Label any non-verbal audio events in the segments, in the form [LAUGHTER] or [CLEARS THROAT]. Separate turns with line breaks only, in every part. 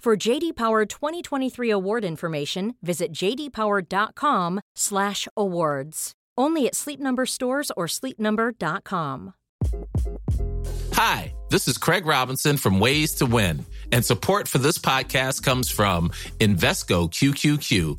For JD Power 2023 award information, visit jdpower.com/awards. Only at Sleep Number stores or sleepnumber.com.
Hi, this is Craig Robinson from Ways to Win, and support for this podcast comes from Invesco QQQ,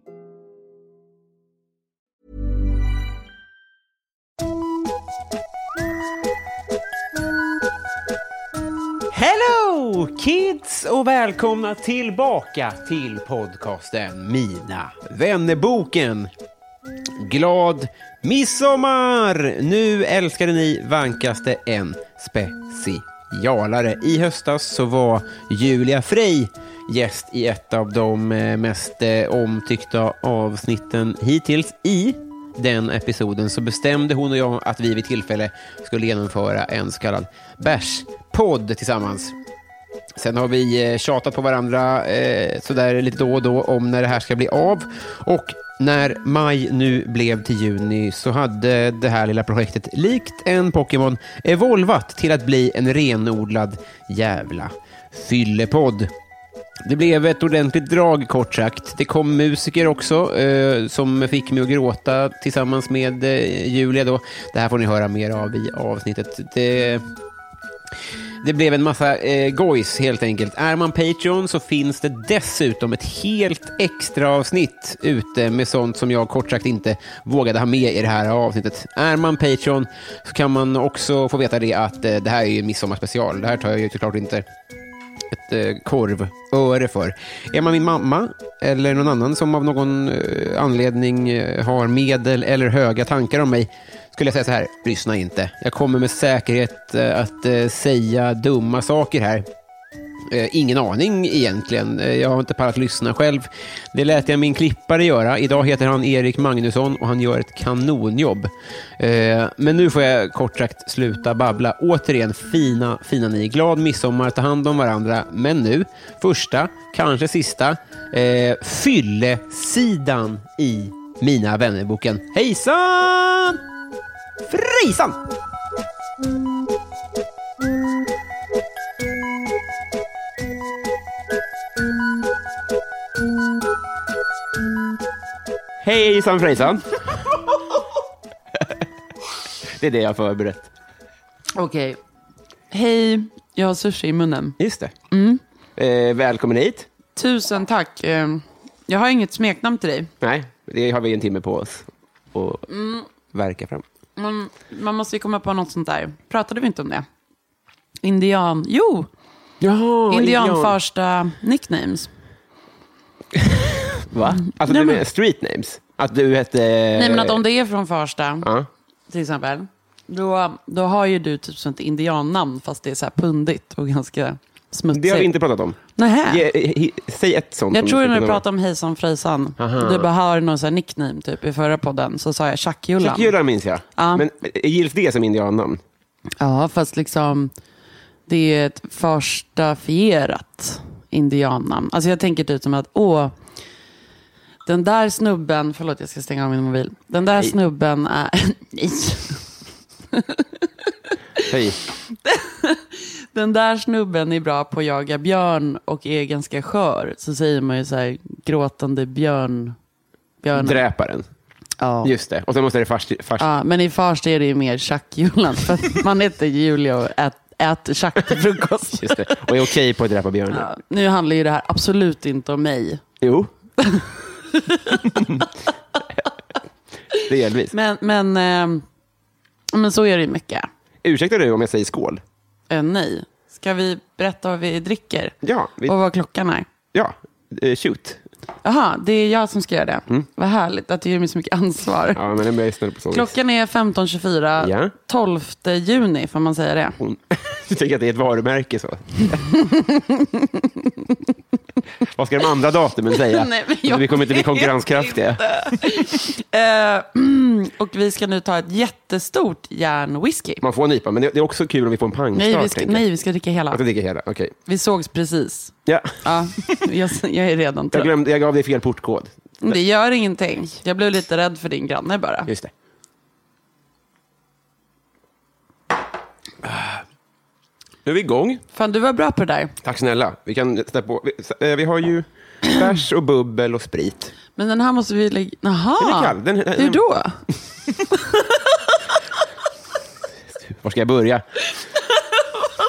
Hello kids och välkomna tillbaka till podcasten Mina vännerboken. Glad midsommar! Nu älskade ni vankaste en specialare. I höstas så var Julia Frey gäst i ett av de eh, mest eh, omtyckta avsnitten hittills i den episoden så bestämde hon och jag att vi vid tillfälle skulle genomföra en så kallad bärspodd tillsammans. Sen har vi eh, tjatat på varandra eh, sådär lite då och då om när det här ska bli av. Och när maj nu blev till juni så hade det här lilla projektet likt en Pokémon evolvat till att bli en renodlad jävla fyllepodd. Det blev ett ordentligt drag kort sagt. Det kom musiker också eh, som fick mig att gråta tillsammans med eh, Julia. Då. Det här får ni höra mer av i avsnittet. Det, det blev en massa eh, gojs helt enkelt. Är man Patreon så finns det dessutom ett helt extra avsnitt ute med sånt som jag kort sagt inte vågade ha med i det här avsnittet. Är man Patreon så kan man också få veta det att eh, det här är ju en midsommarspecial. Det här tar jag ju såklart inte ett eh, korvöre för. Är man min mamma eller någon annan som av någon eh, anledning eh, har medel eller höga tankar om mig skulle jag säga så här, lyssna inte. Jag kommer med säkerhet eh, att eh, säga dumma saker här. Eh, ingen aning egentligen. Eh, jag har inte pallat lyssna själv. Det lät jag min klippare göra. Idag heter han Erik Magnusson och han gör ett kanonjobb. Eh, men nu får jag kort sagt sluta babbla. Återigen, fina, fina ni. Glad midsommar, ta hand om varandra. Men nu, första, kanske sista, eh, fyllesidan i Mina vännerboken. Hejsan! Frisan! Hejsan [LAUGHS] frejsan! Det är det jag har förberett.
Okej. Hej, jag har sushi i munnen.
Just det.
Mm.
Eh, välkommen hit.
Tusen tack. Eh, Jag har inget smeknamn till dig.
Nej, det har vi en timme på oss att
Mm.
verka fram.
Man, man måste ju komma på något sånt där. Pratade vi inte om det? Indian. Jo!
Jaha,
Indianfarsta nicknames.
Va? Alltså,
Mm. Nej,
du
men-
menar street names? Att du hette... Nej,
Nej, men att om det är från Farsta,
Ja.
till exempel, då, då har ju du typ sånt indiannamn, fast det är så här pundigt och ganska smutsigt.
Det har vi inte pratat om.
Nähä.
Ge, he, säg ett sånt.
Jag
som
tror
skulle
när du
kunna
pratade om Hejsan Frejsan,
Aha.
du bara har någon sån här nickname typ i förra podden, så sa jag
vara-
Tjackjulan.
Tjackjulan minns jag.
Ja.
Men eh, gills det som indiannamn?
Ja, fast liksom det är ett förstafierat indiannamn. Alltså jag tänker typ som att, åh, den där snubben, förlåt jag ska stänga av min mobil. Den där snubben är, [LAUGHS] nej,
Hej.
den där snubben är bra på att jaga björn och är ganska skör. Så säger man ju så här, gråtande björn, björn.
Dräparen.
ja.
Just det. Och sen måste det fast... fast
Ja, men i Farsta är det ju mer tjackjulan, för att man heter Julia och ät- äter tjack till frukost.
Just det. Och är okej på att dräpa björnar.
Ja, Nu handlar ju det här [LAUGHS] absolut inte om mig.
Jo. Det är Elvis.
Men, men, ehm, men så är det ju mycket.
Ursäktar du om jag säger skål?
Eh, nej. Ska vi berätta vad vi dricker?
Ja, vi-
Och vad klockan är?
Ja, eh, shoot.
Jaha, det är jag som ska göra det. Vad härligt att du ger mig så mycket ansvar.
Mm. Ja, men den blir jag snäll på sånt.
Klockan är 15.24,
Ja.
12 juni, får man säga det?
[LAUGHS] Du tänker att det är ett varumärke
[LAUGHS]
så? Vad ska de andra datumen säga?
Nej, men jag
vi kommer inte bli
vet
konkurrenskraftiga.
Eh, [CLEARS THROAT] och vi ska nu ta ett jättestort järnwhisky.
Man får en IPA, men det det är också kul om vi får en pangstart.
Nej vi, ska,
tänker jag.
nej, vi ska dricka hela.
Att du dricker hela, okej.
Vi sågs precis.
Ja.
Ja, [LAUGHS] jag, jag är redan
Jag,
trött.
glömde, jag gav dig fel portkod.
Det gör ingenting. Jag blev lite rädd för din granne bara.
Just det. Ah. Nu är vi igång.
Fan, du var bra på det där.
Tack snälla. Vi kan sätta på. Vi, eh, vi har ju bärs och bubbel och sprit.
Men den här måste vi lägga... Jaha.
Den är kall. Den- den-
Hur då?
Var ska jag börja?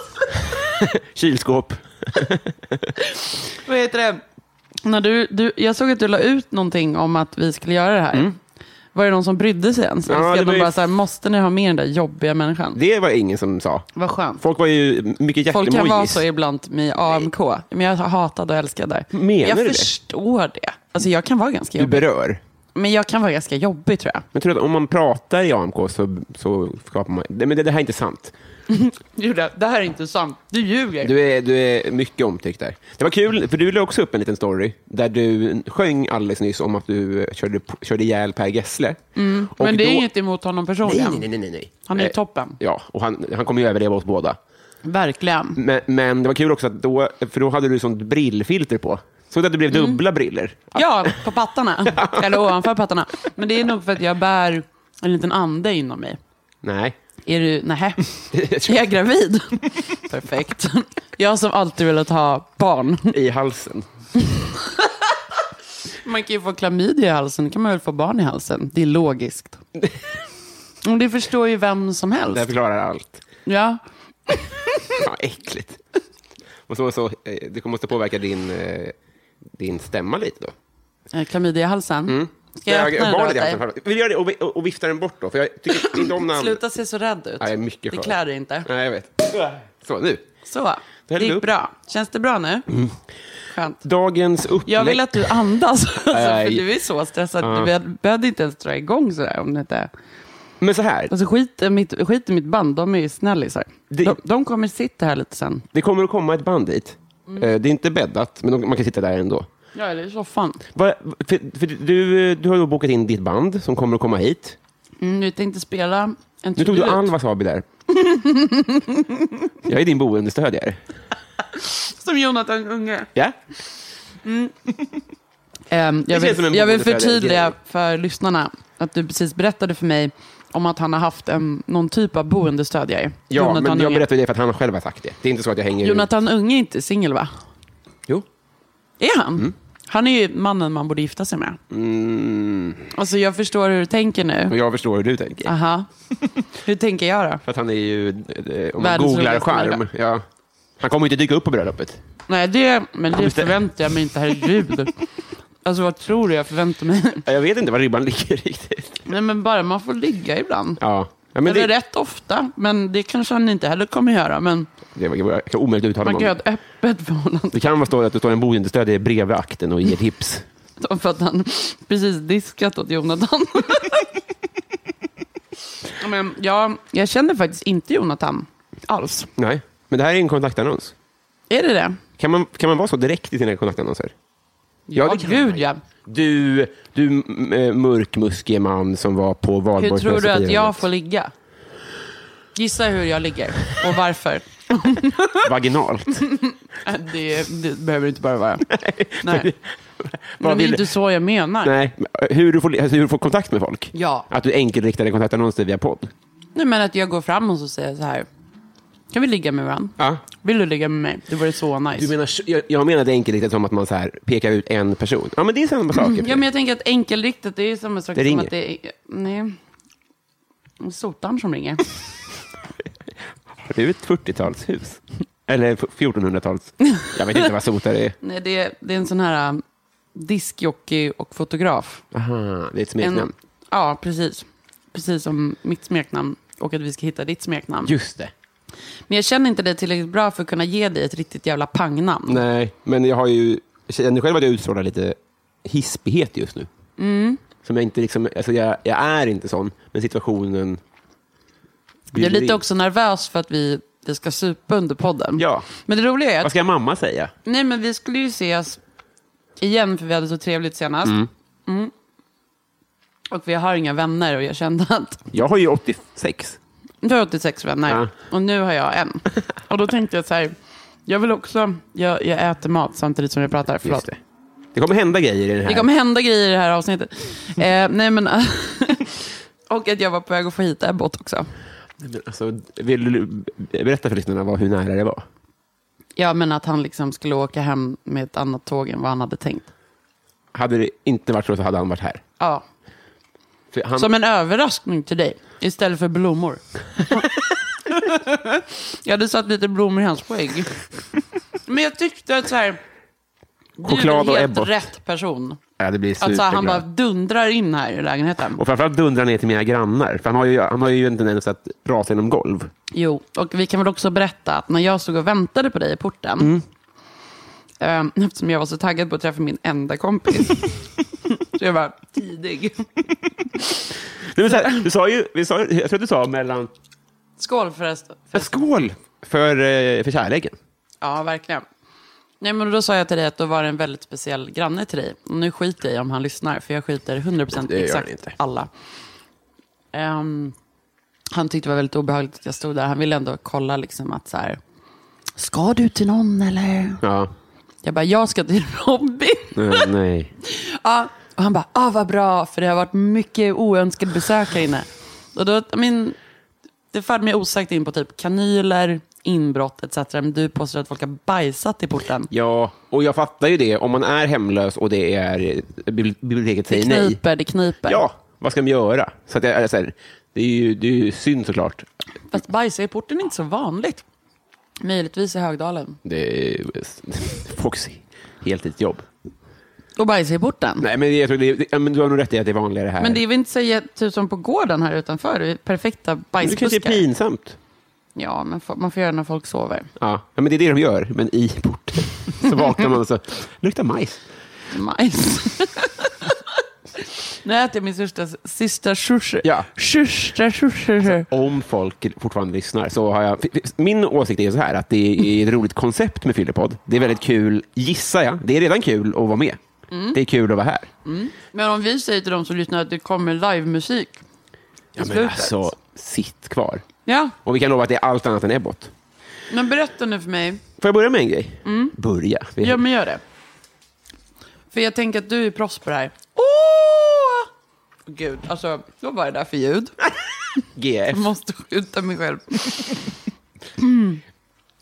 [LAUGHS] Kylskåp.
Vad heter det? När du, du, jag såg att du la ut någonting om att vi skulle göra det här. Var det någon som brydde sig ens?
Mm. Ja,
Eller
det
skrev
var
de
ju-
bara så här, måste ni ha med den där jobbiga människan?
Det var ingen som sa.
Vad skönt.
Folk var ju mycket hjärtemojis.
Folk kan vara så ibland med AMK. Men jag hatade och älskade.
Menar
jag
du det?
förstår det. Alltså jag kan vara ganska
Du
jobbig.
berör.
Men jag kan vara ganska jobbig tror jag.
Men tror du att om man pratar i AMK så, så skapar man... Nej, Men det, det här är inte sant.
Julia, det här är inte sant. Du ljuger.
Du är, du är mycket omtyckt där. Det var kul, för du la också upp en liten story där du sjöng alldeles nyss om att du körde, körde ihjäl Per Gessle. Och
Mm, men det är
då-
inget emot honom
Nej,
personligen.
nej, nej, nej, nej.
Han är ju
Eh,
toppen.
Ja, och han, han kommer ju överleva oss båda.
Verkligen.
Men, men det var kul också, att då, för då hade du sånt brillfilter på. Såg du att det
Mm.
blev dubbla briller?
Ja, på pattarna.
[LAUGHS]
Eller ovanför pattarna. Men det är nog för att jag bär en liten ande inom mig.
Nej.
Är du,
[LAUGHS]
nähä, är jag gravid? [LAUGHS] Perfekt. Jag som alltid velat ha barn.
I halsen.
Man kan ju få klamydia i halsen, kan man väl få barn i halsen. Det
[LAUGHS]
är logiskt. Och det förstår ju vem som
Det här
helst.
förklarar allt.
Ja.
Fan, äckligt. Och så, så, eh, det måste påverka din, eh, din stämma lite då.
Eh, Klamydia i halsen.
Mm.
Ska jag
Nej,
öppna den då åt
barnet i
dig?
halsen. Vill göra det och, vi- och vifta den bort då? För jag tycker inte om när...
Sluta se så rädd ut.
Nej, jag är mycket
det
skör.
klär dig inte.
Nej, jag vet. Så, nu.
Så,
Det Mm.
det
hällde
gick
upp.
bra. Känns det bra nu? Skönt.
Dagens upplägg...
Jag vill att
[LAUGHS]
du andas, alltså, för
Nej.
du är så stressad. Du be- behövde inte ens dra igång sådär om det inte...
Men så här,
Alltså skit, i mitt, skit i mitt band, de är ju snällisar.
Det-
De, de kommer sitta här lite sen.
det kommer att komma ett band dit.
Mm.
Eh, Det är inte bäddat, men de- man kan sitta där ändå.
Ja, eller i soffan.
Va- För, för du, du har ju bokat in ditt band som kommer att komma hit.
Mm, nu tänkte spela en
Nu tog du
tribut.
all wasabi där. Jag är din boendestödjare.
Som Jonathan Unge.
Ja?
Ehm, jag,
känns som en
vill, jag vill
bonusfärdig
förtydliga
grej.
för lyssnarna att du precis berättade för mig om att han har haft en, någon typ av boendestödjare.
Ja,
Jonathan
men jag
Unge.
berättar det för att han själv har sagt det. Det är inte så att jag hänger
Jonathan Unge är inte singel, va?
Jo.
Är han?
Mm.
Han är ju mannen man borde gifta sig med. Alltså, jag förstår hur du tänker
Mm, Och
nu.
jag förstår hur du tänker.
Aha. hur tänker jag då?
För att han är ju, eh, om man
Världens
googlar
roligaste
charm,
människa.
ja. Han kommer ju inte dyka upp på bröllopet.
Nej, det, men det förväntar jag mig inte. Herregud. Alltså, vad tror du jag förväntar mig?
Ja, Jag vet inte var ribban ligger [LAUGHS] riktigt.
Nej, men bara man får ligga ibland.
Ja. Ja, men
Eller
det,
rätt ofta, men det kanske han inte heller kommer göra. Men
det var, jag kan omöjligt uttala
man
mig
kan ha
om.
ett öppet förhållande
Det kan vara så att det står en boendestödjare bredvid akten och ger tips.
för att han precis diskat åt Jonathan. [LAUGHS] Ja, men jag, jag känner faktiskt inte Jonathan alls.
Nej, men det här är en kontaktannons.
Är det det?
Kan man, kan man vara så direkt i sina kontaktannonser? Ja, det kan
gud
man.
ja.
Du, du m- eh, mörkmuskige man som var på
Hur
valborgsmässofirandet.
tror du att jag får ligga? Gissa hur jag ligger och varför.
Vaginalt.
Det, det behöver det inte bara vara. [LAUGHS] Nej.
[LAUGHS] Vad
Men det är
vill-
inte så jag menar. Nej.
Nej, hur du, får, alltså hur du får kontakt med folk?
Ja.
Att du enkelriktar en kontaktannonser via podd?
men att jag går fram och så säger så här. Kan vi ligga med varandra?
Ja.
Vill du ligga med mig? Det vore så nice.
Du menar, jag, jag menade enkelriktat som liksom, att man så här pekar ut en person. Ja, men det är samma sak. typ. i och för sig.
Mm. Ja, men jag tänker att enkelriktat det är ju samma sak
Det
som
ringer.
att det är... Nej. Det är Sotan som ringer.
Har du ett 40-talshus? Eller 1400-tals? Jag vet inte vad sotare är.
Nej, det, är- det är en sån här um, diskjockey och fotograf.
Aha, det är ett smeknamn.
En, Ja, precis. Precis som mitt smeknamn och att vi ska hitta ditt smeknamn.
Just det.
Men jag känner inte dig tillräckligt bra för att kunna ge dig ett riktigt jävla pangnamn.
Nej, men jag har ju, jag känner själv att jag utstrålar lite hispighet just nu.
Mm.
Som jag, inte liksom, alltså jag, jag är inte sån, men situationen...
jag är
bjuder in.
lite också nervös för att vi, vi ska supa under podden.
Ja.
Men det roliga är
Vad
att
ska mamma säga?
nej, men vi skulle ju ses igen för vi hade så trevligt senast. Mm. Och vi har inga vänner och jag kände att [LAUGHS]
Jag har ju 86.
Du har 86 vänner
Ja.
och nu har jag en. Och då tänkte jag så här, jag vill också, jag, jag äter mat samtidigt som jag pratar. Förlåt.
Just det. det kommer hända grejer i den här.
Det kommer hända grejer i det här avsnittet.
[LAUGHS]
Eh, nej men, [LAUGHS] och att jag var på väg att få hit Ebbot också.
Men Alltså, vill du berätta för lyssnarna vad, hur nära det var?
Ja men att han liksom skulle åka hem med ett annat tåg än vad han hade tänkt.
Hade det inte varit så, så hade han varit här.
Ja.
För han,
Som en överraskning till dig, istället
[LAUGHS]
för blommor. jag hade satt lite blommor i hans skägg. Men jag tyckte att så här, du
Choklad och
är helt
Ebbot.
rätt person.
ja, det blir
Alltså,
superbra.
han bara dundrar in här i lägenheten.
Och framförallt dundrar ner till mina grannar. För han har ju, han har ju en tendens att rasa genom golv.
Jo, och vi kan väl också berätta att när jag stod och väntade på dig i porten,
Mm.
eh, eftersom jag var så taggad på att träffa min
[LAUGHS]
enda kompis, så jag var tidig.
Nej, men så här, du sa ju, vi sa, ju- jag tror att du sa mellan...
Skål förresten.
Skål! För, eh, för kärleken.
Ja, verkligen. Nej, men då sa jag till dig att då var det en väldigt speciell granne till dig. Och nu skiter jag i om han lyssnar, för jag skiter 100%
Det gör
exakt
han inte.
alla. Ehm, han tyckte det var väldigt obehagligt att jag stod där. Han ville ändå kolla liksom att så här, ska du till någon eller?
Ja.
Jag bara, jag ska till [LAUGHS] Robin.
Nej, nej.
Ja. Och han bara, ah, vad bra, för det har varit mycket oönskade besök här inne. Och då, I mean, det förde mig osagt in på typ kanyler, inbrott etc. Men du påstår att folk har bajsat i porten.
Ja, och jag fattar ju det. Om man är hemlös och det är bibli- biblioteket
Det
säger nej.
kniper, det kniper.
Ja, vad ska man göra? Så att jag, är så här, det, är ju, det är ju synd såklart.
Fast bajsa i porten är inte så vanligt. Möjligtvis i Högdalen.
Det är [LAUGHS] folks heltidsjobb.
Och bajsa i porten.
Nej, men, jag tror det, det, ja, men du har nog rätt i att det är vanligare här.
Men det är väl inte så jätte- som på gården här utanför. Det är perfekta
det kanske är
bajsbuskar.
pinsamt.
ja, men f- man får göra när folk sover.
Ja. ja, men det är det de gör, men i
[LAUGHS]
porten. Så vaknar man och så luktar majs. [LAUGHS]
Majs. nu äter jag min sista, sista sushi.
Ja.
Sista sushi.
Om folk fortfarande lyssnar så har jag... Min åsikt är så här att det är ett roligt koncept med Fyllepodd. Det är väldigt kul, gissar jag. Det är redan kul att vara med.
Mm.
Det är kul att vara här.
Men om vi säger till de som lyssnar att det kommer livemusik. i
Ja, men
slutet.
alltså, sitt kvar.
Ja,
Och vi kan lova att det är allt annat än Ebbot.
men berätta nu för mig.
Får jag börja med en grej? Börja? Vi-
Mm. Ja, men gör det. För jag tänker att du är proffs på det här. Åh! Gud, alltså, vad var det där för ljud?
GF.
Jag måste skjuta mig själv. Mm.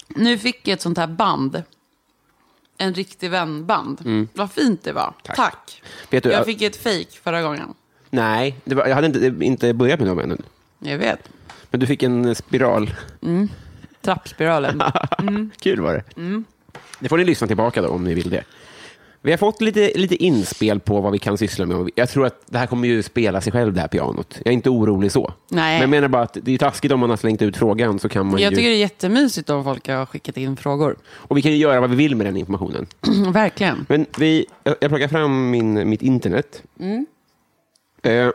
Nu fick jag ett sånt här band. En riktig vän-band. Vad fint det var. Mm. Tack.
Vet du,
jag
jag-
fick ett fake förra gången.
Nej, det var, jag hade inte, inte börjat med dem ännu.
Jag vet.
Men du fick en spiral.
[LAUGHS] Trappspiralen.
Kul var det.
Mm.
Det får ni lyssna tillbaka då om ni vill det. Vi har fått lite, lite inspel på vad vi kan syssla med. Jag tror att det här kommer ju spela sig själv, det här pianot. Jag är inte orolig så.
Nej.
Men jag menar bara att det är taskigt om man har slängt ut frågan så kan man
jag
ju...
tycker det är jättemysigt om folk har skickat in frågor. [CLEARS THROAT]
Och vi kan ju göra vad vi vill med den informationen.
Verkligen.
Men vi, jag, jag plockar fram min, mitt internet.
Mm.
Eh,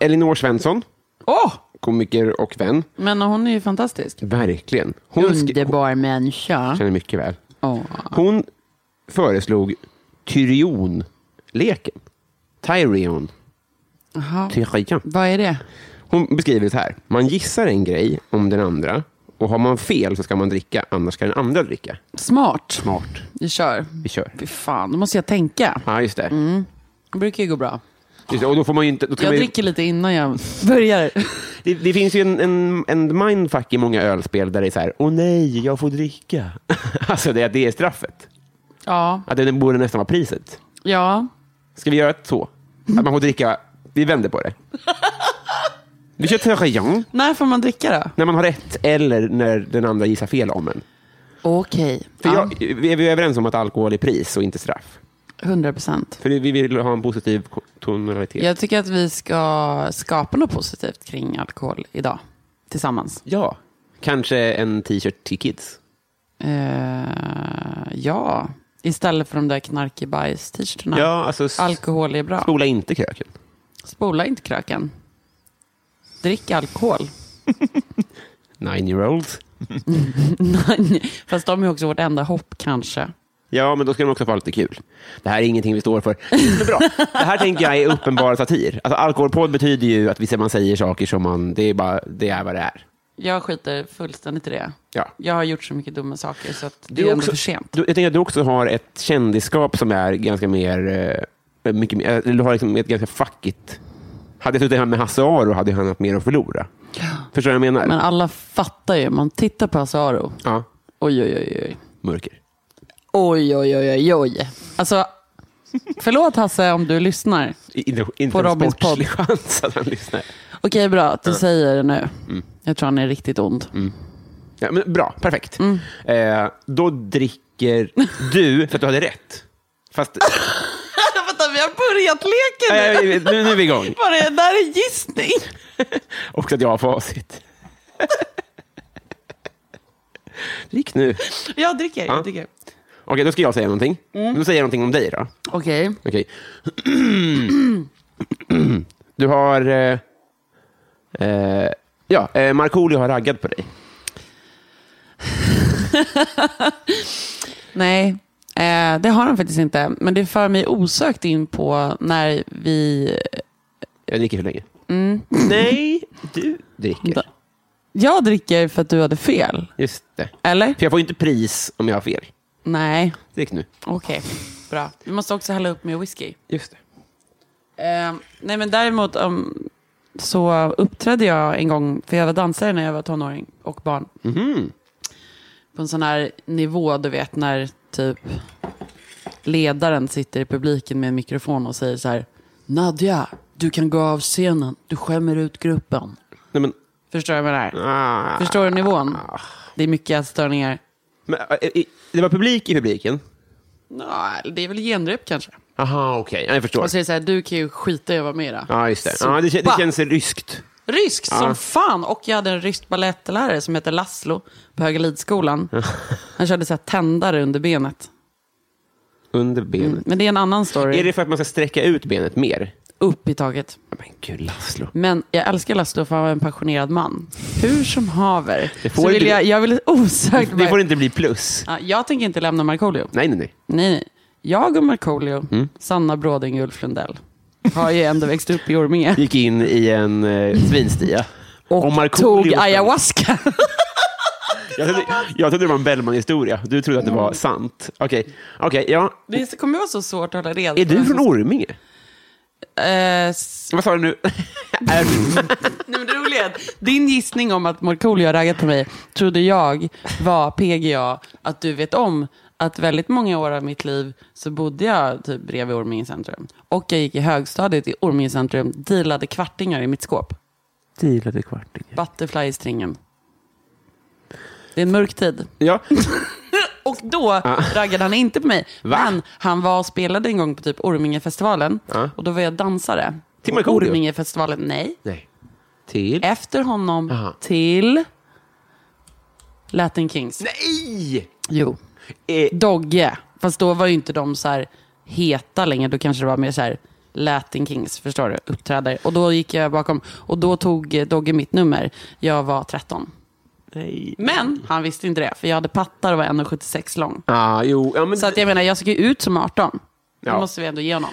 Elinor Svensson,
Åh!
komiker och vän.
men hon är ju fantastisk.
Verkligen. Hon sk-
Underbar människa.
känner mycket väl.
Åh.
Hon föreslog Tyrion-leken. Tyrion.
Jaha.
Tyrion.
Vad är det?
Hon beskriver det så här. Man gissar en grej om den andra och har man fel så ska man dricka, annars ska den andra dricka.
Smart.
Smart.
Vi kör.
Vi kör.
Fy fan, då måste jag tänka.
Ja, just det.
Det brukar ju gå bra.
Just det. Och då får man ju inte... Då ska
Jag
man ju,
dricker lite innan jag
[LAUGHS]
börjar.
det, det finns ju en, en, en mindfuck i många ölspel där det är så här, åh nej, jag får dricka. [LAUGHS] alltså det, det är straffet.
Ja,
Att det borde nästan vara priset.
ja.
Ska vi göra ett så? Att man får dricka, vi vänder på det. Vi kör Tyrion.
När får man dricka då?
När man har rätt eller när den andra gissar fel om en.
Okej.
För
Ja.
jag, vi är vi är överens om att alkohol är pris och inte straff.
100 procent.
För vi vill ha en positiv ko- tonalitet.
Jag tycker att vi ska skapa något positivt kring alkohol idag. Tillsammans.
Ja. Kanske en t-shirt till kids.
Eh, ja, istället för de där knarkig-bajs-t-shirtarna.
Ja, alltså s-
Alkohol är bra.
spola inte kröken.
Spola inte kröken. Drick alkohol.
Nine year olds.
Nej, [LAUGHS] Fast de är också vårt enda hopp kanske.
Ja, men då ska de också få ha lite kul. Det här är ingenting vi står för. Men bra. Det här tänker jag är uppenbar satir. Alltså, alkoholpodd betyder ju att vi- man säger saker som man... Det är, bara, det är vad det är.
Jag skiter fullständigt i det.
Ja.
Jag har gjort så mycket dumma saker så att det är ändå för sent.
Du, jag tänker att du också har ett kändisskap som är ganska mer... eh, Mycket, mer- eh, du har liksom ett ganska fackigt... Hade jag suttit här med Hasse Aro hade han haft mer att förlora.
[GASPS]
Förstår du vad jag menar?
Men alla fattar ju. Man tittar på Asaro.
Ja,
Oj, oj, oj, oj.
mörker.
Oj, oj, oj, oj, oj. Alltså, förlåt Hasse om du lyssnar.
I- Inte, inte
På
en
Robins
sportslig chans att han lyssnar.
Okej, bra att du säger det nu. Jag tror han är riktigt ond.
Ja, men bra, perfekt.
Mm.
Eh, då
[LAUGHS]
dricker du för att du hade rätt. Fast
[LAUGHS] Vänta, vi har börjat leken
Nej, jag vet, nu, nu är vi igång.
Var det där är gissning?
Och att jag har
[LAUGHS]
facit. Drick nu.
Jag dricker.
Ja. Okej, då ska jag säga någonting. Då säger jag någonting om dig då.
Okej.
Okej. [CLEARS THROAT] Du har... Eh, eh, ja, eh, Markoolio har raggat på dig.
Nej, eh, det har han faktiskt inte. Men det för mig osökt in på när vi...
Jag dricker för länge. Mm. Nej, du dricker.
Da- Jag dricker för att du hade fel.
Just det.
Eller?
För jag får ju inte pris om jag har fel.
Nej.
Drick nu.
Okej, bra. Vi måste också hälla upp med whisky.
Just det.
Eh, nej, men däremot um, så uppträdde jag en gång, för jag var dansare när jag var tonåring och barn.
Mm-hmm.
På en sån här nivå, du vet, när typ ledaren sitter i publiken med en mikrofon och säger så här, Nadja, du kan gå av scenen, du skämmer ut gruppen.
Nej, men,
Förstår du vad jag menar?
ah.
Förstår du nivån? Det är mycket störningar.
men, eh, eh, det var publik i publiken.
Nå, det är väl genrep kanske.
Aha, okej. Ja, jag förstår.
Och så är det så här, du kan ju skita i att vara med i det.
Ja, just det. Ja, det, kän- det
Sopa.
känns ryskt.
Ryskt som fan. Och jag hade en ryskt balettlärare som hette Laszlo på Höga Lidskolan. Han körde så här tändare under benet.
Under benet.
Men det är en annan story.
Är det för att man ska sträcka ut benet mer?
Upp i taget.
Ja, Men gud, Laszlo.
Men jag älskar Laszlo för han var en passionerad man. Hur som haver.
Det får
Så vill
inte-
jag, jag vill osökt...
Det får inte bli plus.
Ja, jag tänker inte lämna Markoolio.
Nej, nej, nej.
Nej, nej. Jag och Markoolio,
Mm.
Sanna Bråding och Ulf Lundell har ju ändå växt upp i Orminge.
Gick in i en eh, svinstia.
Och,
Markoolio-
tog ayahuasca. [LAUGHS]
Jag trodde, jag trodde det var en Bellman-historia. Du trodde att det
Mm.
var sant. Okej, Okej, ja.
Det kommer vara så svårt att hålla reda på.
Är du från Orminge?
Eh, s-
Vad sa du nu?
Nej, men det roliga är att din gissning om att Markoolio har raggat på mig trodde jag var PGA att du vet om att väldigt många år av mitt liv så bodde jag typ bredvid Orminge centrum. Och jag gick i högstadiet i Orminge centrum, dealade kvartingar i mitt skåp.
Dealade kvartingen.
Butterfly i stringen. Det är en mörk tid.
Ja,
Och då raggade han inte på mig.
Ah. Va?
Men han var och spelade en gång på typ Ormingefestivalen.
Ja.
Och då var jag dansare.
Ah. Till
På
Markoolio?
Ormingefestivalen, nej.
nej. Till?
Efter honom
Aha.
till Latin Kings.
Nej!
Jo.
Eh,
Dogge. Fast då var ju inte de så här heta längre. Då kanske det var mer så här Latin Kings, förstår du? Uppträdare. Och då gick jag bakom. Och då tog eh, Dogge mitt nummer. Jag var 13.
nej.
Men han visste inte det. För jag hade pattar och var 1,76 lång.
Ah, jo, ja, men,
Så att jag menar, jag såg ju ut som 18. Det
Ja.
måste vi ändå ge honom.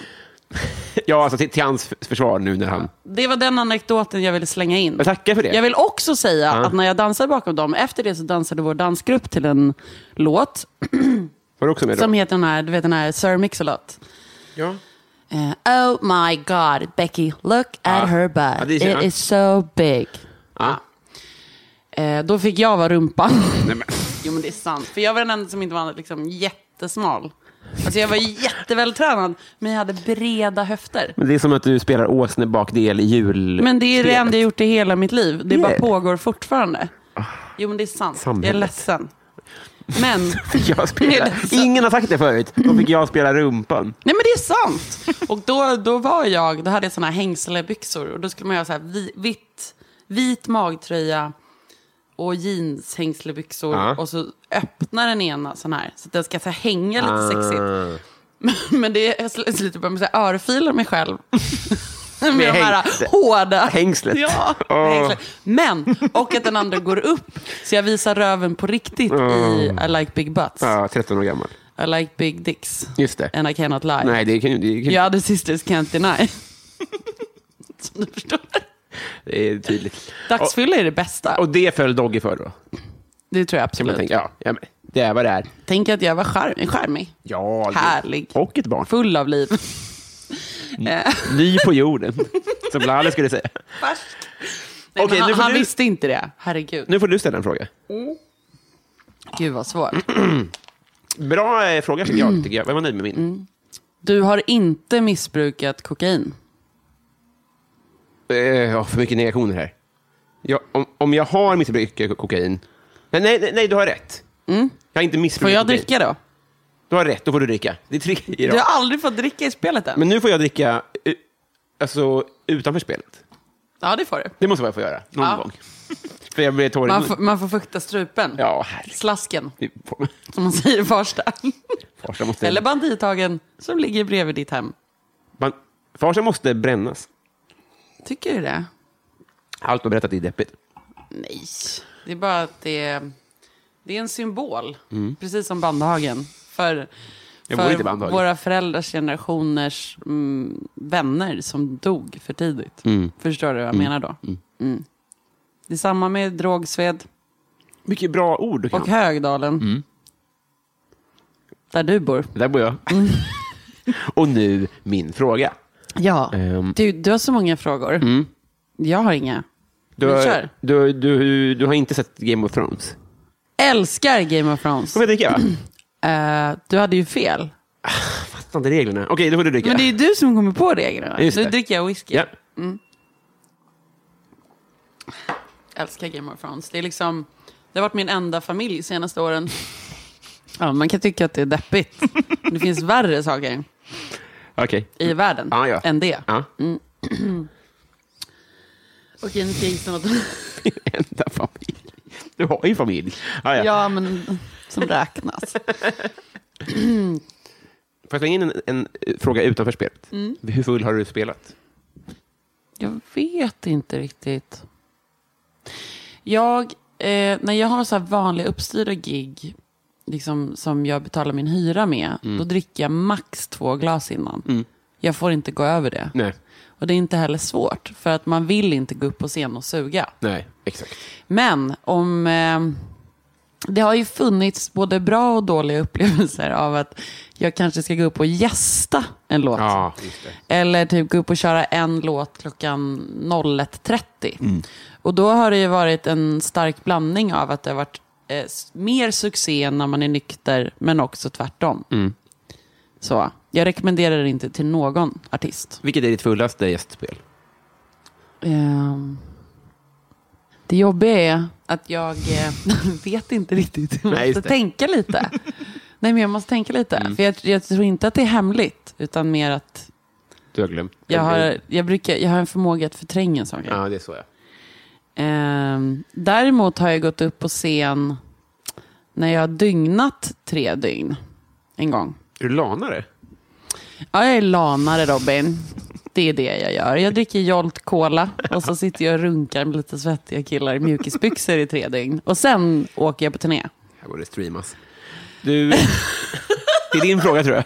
ja, alltså, till, till hans försvar nu när han...
Det var den anekdoten jag ville slänga in.
Jag tackar för det.
Jag vill också säga att när jag dansade bakom dem, efter det så dansade vår dansgrupp till en låt
Var du också med då?
som heter den här, du vet den här Sir Mix-a-Lot.
Ja.
Eh, oh my god, Becky, look at her
Ja,
butt.
det ser jag.
It is so big.
Ja.
Eh, då fick jag vara rumpan.
Nej, men.
jo men det är sant, för jag var den enda som inte var liksom, jättesmal. Alltså jag var jättevältränad, men jag hade breda höfter.
Men det är som att du spelar åsnebakdel i jul...
Men det är det enda jag gjort i hela mitt liv. Det
Det är
bara
det.
pågår fortfarande. Jo, men det är sant. Jag
Ah, Samhället.
är ledsen. Men, [LAUGHS]
[LAUGHS] Jag
Det
spelar.
är så.
Ingen har sagt det förut. Då fick jag spela rumpan.
nej men det är sant. Och då, då var jag, då hade jag sådana här hängslebyxor och då skulle man göra så här vi, vitt, vit magtröja och jeanshängslebyxor
Ja.
och så öppna den ena sån här så att den ska så här, hänga [LAUGHS] lite sexigt.
Ah.
Men det är, jag sl- slutar bara med att örfila
[LAUGHS]
mig själv. med de här
hängslet.
hårda...
Hängslet.
Ja, med
Åh.
hängslet. Men, och att den andra går upp. Så jag visar röven på riktigt i I like big butts,
Ja, 13 år gammal.
I like big dicks,
Just det.
and I cannot lie.
Nej, det kan ju det kan,
Jag hade sisters can't deny. [LAUGHS] Som du förstår.
Det är tydligt.
Dagsfylla är det bästa.
Och det föll Doggy för då?
det tror jag
Kan man
absolut.
tänka. Ja, ja, men det är vad det är.
Tänk att jag var charm- charmig,
Ja, det-
Härlig.
Och ett barn.
full
[LAUGHS]
av liv. Eh,
Ny på
[LAUGHS]
jorden, som Laleh skulle säga.
Färsk. Nej,
Okej,
men han
nu får
han
du-
visste inte det. Herregud.
Nu får du ställa en fråga.
Gud vad svårt.
Bra eh, fråga fick
Mm.
jag, tycker jag. Jag var nöjd med min.
Du har inte missbrukat kokain.
Eh,
Mm.
ja, för mycket negationer här. Jag, om, om jag har missbrukat kokain... Nej, nej, nej, nej, du har rätt. Jag har inte
Mm. Får
missbrukat
jag
kokain.
dricka då?
Du har rätt, då får du dricka. Det är tre grejer
Du
då.
har aldrig fått dricka i spelet än.
Men nu får jag dricka eh, alltså, utanför spelet.
Ja, det får du.
Det måste jag få göra, någon
Ja.
gång. För jag blir torr i
Man,
munnen.
får- man får fukta strupen.
Ja, herregud.
Slasken,
Det får-
som man [LAUGHS] säger i Farsta.
Farsa måste,
Eller bandithagen som ligger bredvid ditt hem.
man, farsa måste brännas.
Tycker du det?
Allt har berättat är deppigt.
Nej. Det är bara att det är, det är en symbol. Precis som bandhagen. För,
Mm. Jag bor inte i
för
Bandhagen.
våra föräldrars generationers mm, vänner som dog för tidigt.
Mm.
Förstår du vad jag menar då? Mm. Det är samma med Drogsved.
Mycket bra ord du kan.
Och Högdalen.
Mm.
Där du bor.
Där
[LAUGHS]
bor jag. Och nu min fråga.
Ja.
Ehm. Mm.
Du, du har så många frågor. Jag har inga.
Du
Vi
har,
kör.
du, du, du har inte sett Game of Thrones?
Älskar Game of Thrones.
Får jag
[CLEARS THROAT]
dricka? va?
Eh, du hade ju fel.
Fattar inte reglerna. Okej, då får du dricka.
Men det är ju du som kommer på reglerna.
Just
Nu
det.
dricker jag whisky.
ja.
Älskar Game of Thrones. Det, är liksom, det har varit min enda familj de senaste åren. Ja, man kan tycka att det är deppigt. Men det finns värre saker
Okej.
i världen
Ah, Ja, ja.
än det.
Ja.
Okej, nu ska jag gissa
[LAUGHS]
något. [LAUGHS]
Enda familj. Du har ju familj. Ah, ja.
Ja, men som räknas.
Får jag slänga in en, en eh, fråga utanför spelet?
Mm.
Hur full har du spelat?
Jag vet inte riktigt. Jag, eh, när jag har så här vanliga uppstyrda gig, liksom, som jag betalar min hyra med,
Mm.
då dricker jag max två glas innan. Jag får inte gå över det.
Nej.
Och det är inte heller svårt, för att man vill inte gå upp på scen och suga.
Nej, exakt.
Men om... Eh, det har ju funnits både bra och dåliga [LAUGHS] upplevelser av att jag kanske ska gå upp och gästa en låt.
Ja, just det.
Eller typ gå upp och köra en låt klockan 01.30.
Mm.
Och då har det ju varit en stark blandning av att det har varit eh, s- mer succé när man är nykter, men också tvärtom.
Mm.
Så jag rekommenderar det inte till någon artist.
Vilket är ditt fullaste gästspel?
Ehm, det jobbiga är att jag eh, [LAUGHS] vet inte riktigt. Jag
Nej, just
måste
det. Mm.
tänka
[LAUGHS]
lite. Nej, men jag måste tänka lite. För jag, jag tror inte att det är hemligt, utan mer att
Du har glömt.
jag har, jag brukar, jag har en förmåga att förtränga saker.
Ja, det är så ja.
Ehm, däremot har jag gått upp på scen när jag har dygnat tre dygn en gång.
Är du lanare?
Ja, jag är lanare Robin. Det är det jag gör. Jag dricker Jolt Cola och så sitter jag och runkar med lite svettiga killar i mjukisbyxor i tre dygn. Och sen åker jag på turné.
Här går det streamas.
[LAUGHS]
Du... det är din fråga tror jag.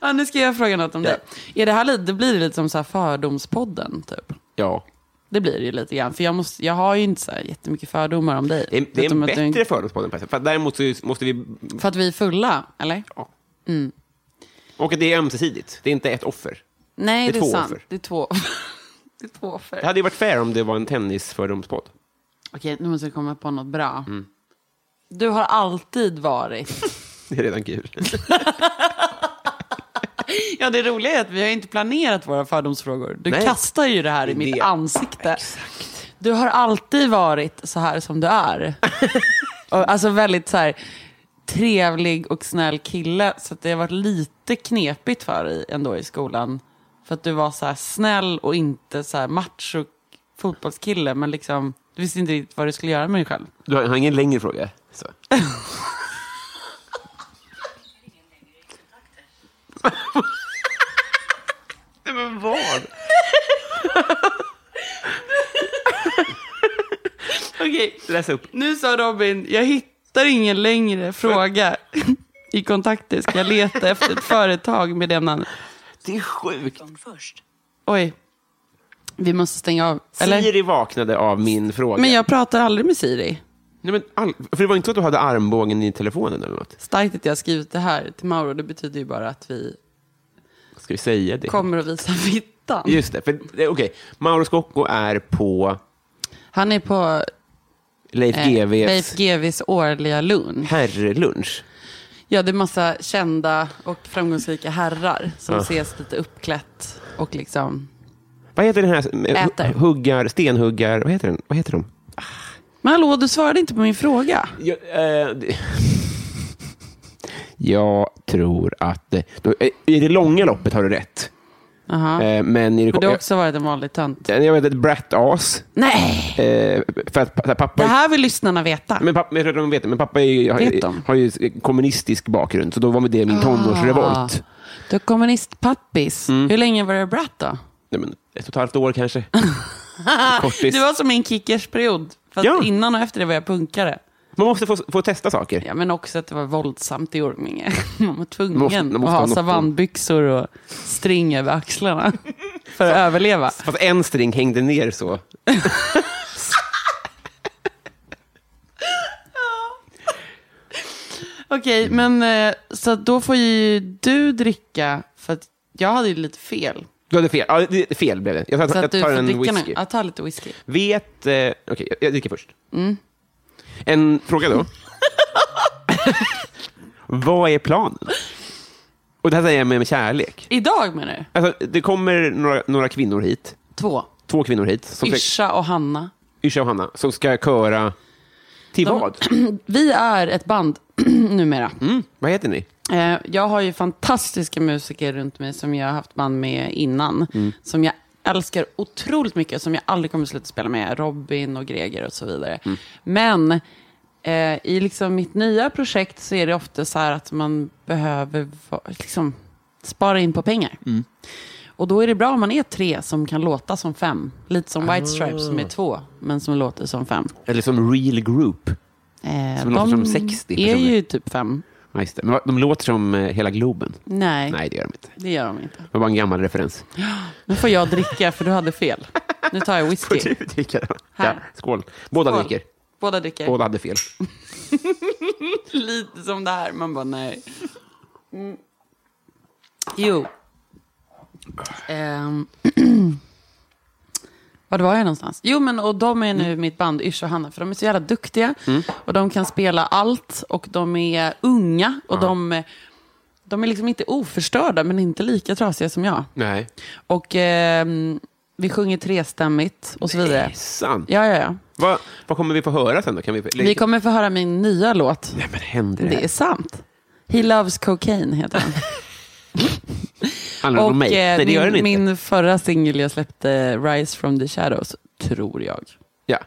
Ja, nu ska jag fråga något om
Ja.
det. Är det här lite, det blir lite som så här Fördomspodden, typ.
Ja.
Det blir det ju lite grann. För jag, måste, jag har ju inte så här jättemycket fördomar om dig.
Det är, det är en
Utom att du är en-
bättre fördomspodden. på ett sätt. För att däremot så måste vi...
För att vi är fulla, eller?
Och att det är ömsesidigt. Det är inte ett offer.
Nej,
Det
det
är
är,
två
sant.
offer.
Det är två [LAUGHS] Det är två offer.
Det hade ju varit fair om det var en tennisfördomspodd.
Okej, nu måste jag komma på något bra.
Mm.
Du har alltid varit...
Det är redan kul.
Ja, det roliga är att vi har inte planerat våra fördomsfrågor. Du
Nej.
kastar ju det här i
Det-
mitt ansikte. Du har alltid varit så här som du är. Och, alltså väldigt så här, trevlig och snäll kille. Så att det har varit lite knepigt för dig ändå i skolan. För att du var så här snäll och inte så här macho fotbollskille. Men liksom, du visste inte riktigt vad du skulle göra med dig själv.
Du har, har ingen längre fråga?
[LAUGHS]
Så. Nej, men vad?
Okej,
Läs upp.
nu sa Robin, jag hittar ingen längre fråga [LAUGHS] i kontakter. Ska jag leta efter ett företag med det namnet?
Det är sjukt.
Oj, vi måste stänga av. Eller?
Siri vaknade av min fråga.
Men jag pratar aldrig med Siri.
Nej, men all... För det var inte så att du hade armbågen i telefonen eller något?
Starkt att jag har skrivit det här till Mauro, det betyder ju bara att vi
Ska vi säga det?
kommer att visa [LAUGHS] fittan.
Just det. för- eh, Okej, Mauro Scocco är på
Han är på
Leif
eh, Leif
GWs
GWs årliga lunch.
herrlunch.
Ja, det är massa kända och framgångsrika herrar som ses lite uppklätt och liksom...
Vad heter den här? eh,
Äter.
Huggar, stenhuggar. Vad heter den? Vad heter de?
Men hallå, du svarade inte på min fråga.
Jag, eh, det- [LAUGHS] jag tror att... eh, Då, eh, I det långa loppet har du rätt.
Aha.
Eh, Men i det,
Men du har också varit en vanlig tönt.
jag, jag vet ett brat-as.
Nej!
Eh, för att pa- pappa...
Det här vill lyssnarna veta.
Men pappa, jag tror att de vet det, men pappa är, ju- har, ju-
Vet de?
har ju kommunistisk bakgrund, så då var det min tonårsrevolt.
Ah, du är kommunistpappis.
Mm.
Hur länge var du brat då?
Nej, men ett och ett halvt år
[LAUGHS]
kanske. Kortis.
Det var som min kickersperiod. Fast
Ja.
innan och efter det var jag punkare.
Man måste få, få testa saker.
Ja, men också att det var våldsamt i Orminge. [LAUGHS] Man var tvungen
Måste- måste
att
ha
ha
något-
savannbyxor och string över axlarna [LAUGHS] för att överleva.
Fast en string hängde ner så.
Okej, men eh, så att då får ju du dricka, för att jag hade ju lite fel.
Du hade fel. Ja, det, fel blev det. Jag tar,
Så att
jag
du
tar
får
en
dricka
whisky.
nu. Ja, ta lite whisky.
Vet... Eh, Okej, jag, jag dricker först. En fråga
[LAUGHS]
då. Vad är planen? Och det här säger jag med, med kärlek.
Idag menar du?
Alltså, det kommer några, några kvinnor hit.
Två.
Två kvinnor hit. Som ska,
Yrsa och Hanna.
Yrsa och Hanna. Som ska köra... Till
De-
vad?
[CLEARS THROAT] Vi är ett band [CLEARS THROAT] numera.
Mm, vad heter ni?
Eh, Jag har ju fantastiska musiker runt mig som jag har haft band med innan.
Mm.
Som jag älskar otroligt mycket och som jag aldrig kommer sluta spela med. Robin och Greger och så vidare.
Mm.
Men eh, i liksom mitt nya projekt så är det ofta så här att man behöver va- liksom, spara in på pengar.
Mm.
Och då är det bra om man är tre som kan låta som fem. Lite som White
Ah.
Stripes som är två, men som låter som fem.
Eller som Real Group.
Eh,
Som låter som 60
är
personer.
ju typ fem.
Ja, just det. Men vad- de låter som eh, hela Globen.
Nej,
Nej, det gör de inte.
det gör de inte.
Det var bara en gammal
[LAUGHS]
referens.
Nu får jag dricka för du hade fel. Nu tar jag
Får
whisky.
du dricka då? [LAUGHS] Ja,
Här.
skål. Båda
Skål.
dricker.
Båda dricker.
Båda hade fel.
Lite som det här. Man bara nej. Mm. Jo. Ehm. [CLEARS THROAT] Var var jag någonstans? Jo, men och de är nu
Mm.
mitt band Yrsa och Hanna, för de är så jävla duktiga. Och de kan spela allt och de är unga och de, de är liksom inte oförstörda men inte lika trasiga som jag.
Nej.
Och ehm, vi sjunger trestämmigt och så vidare.
Sant.
Ja, ja, ja.
Vad, vad kommer vi få höra sen då? Kan vi, få-
Vi kommer få höra min nya låt.
Nej, men händer det?
Det är sant. He loves cocaine
[LAUGHS]
heter den.
Handlar det om mig?
eh,
Nej, det
min,
gör den inte.
min förra singel jag släppte, Rise from the Shadows, tror jag.
Ja.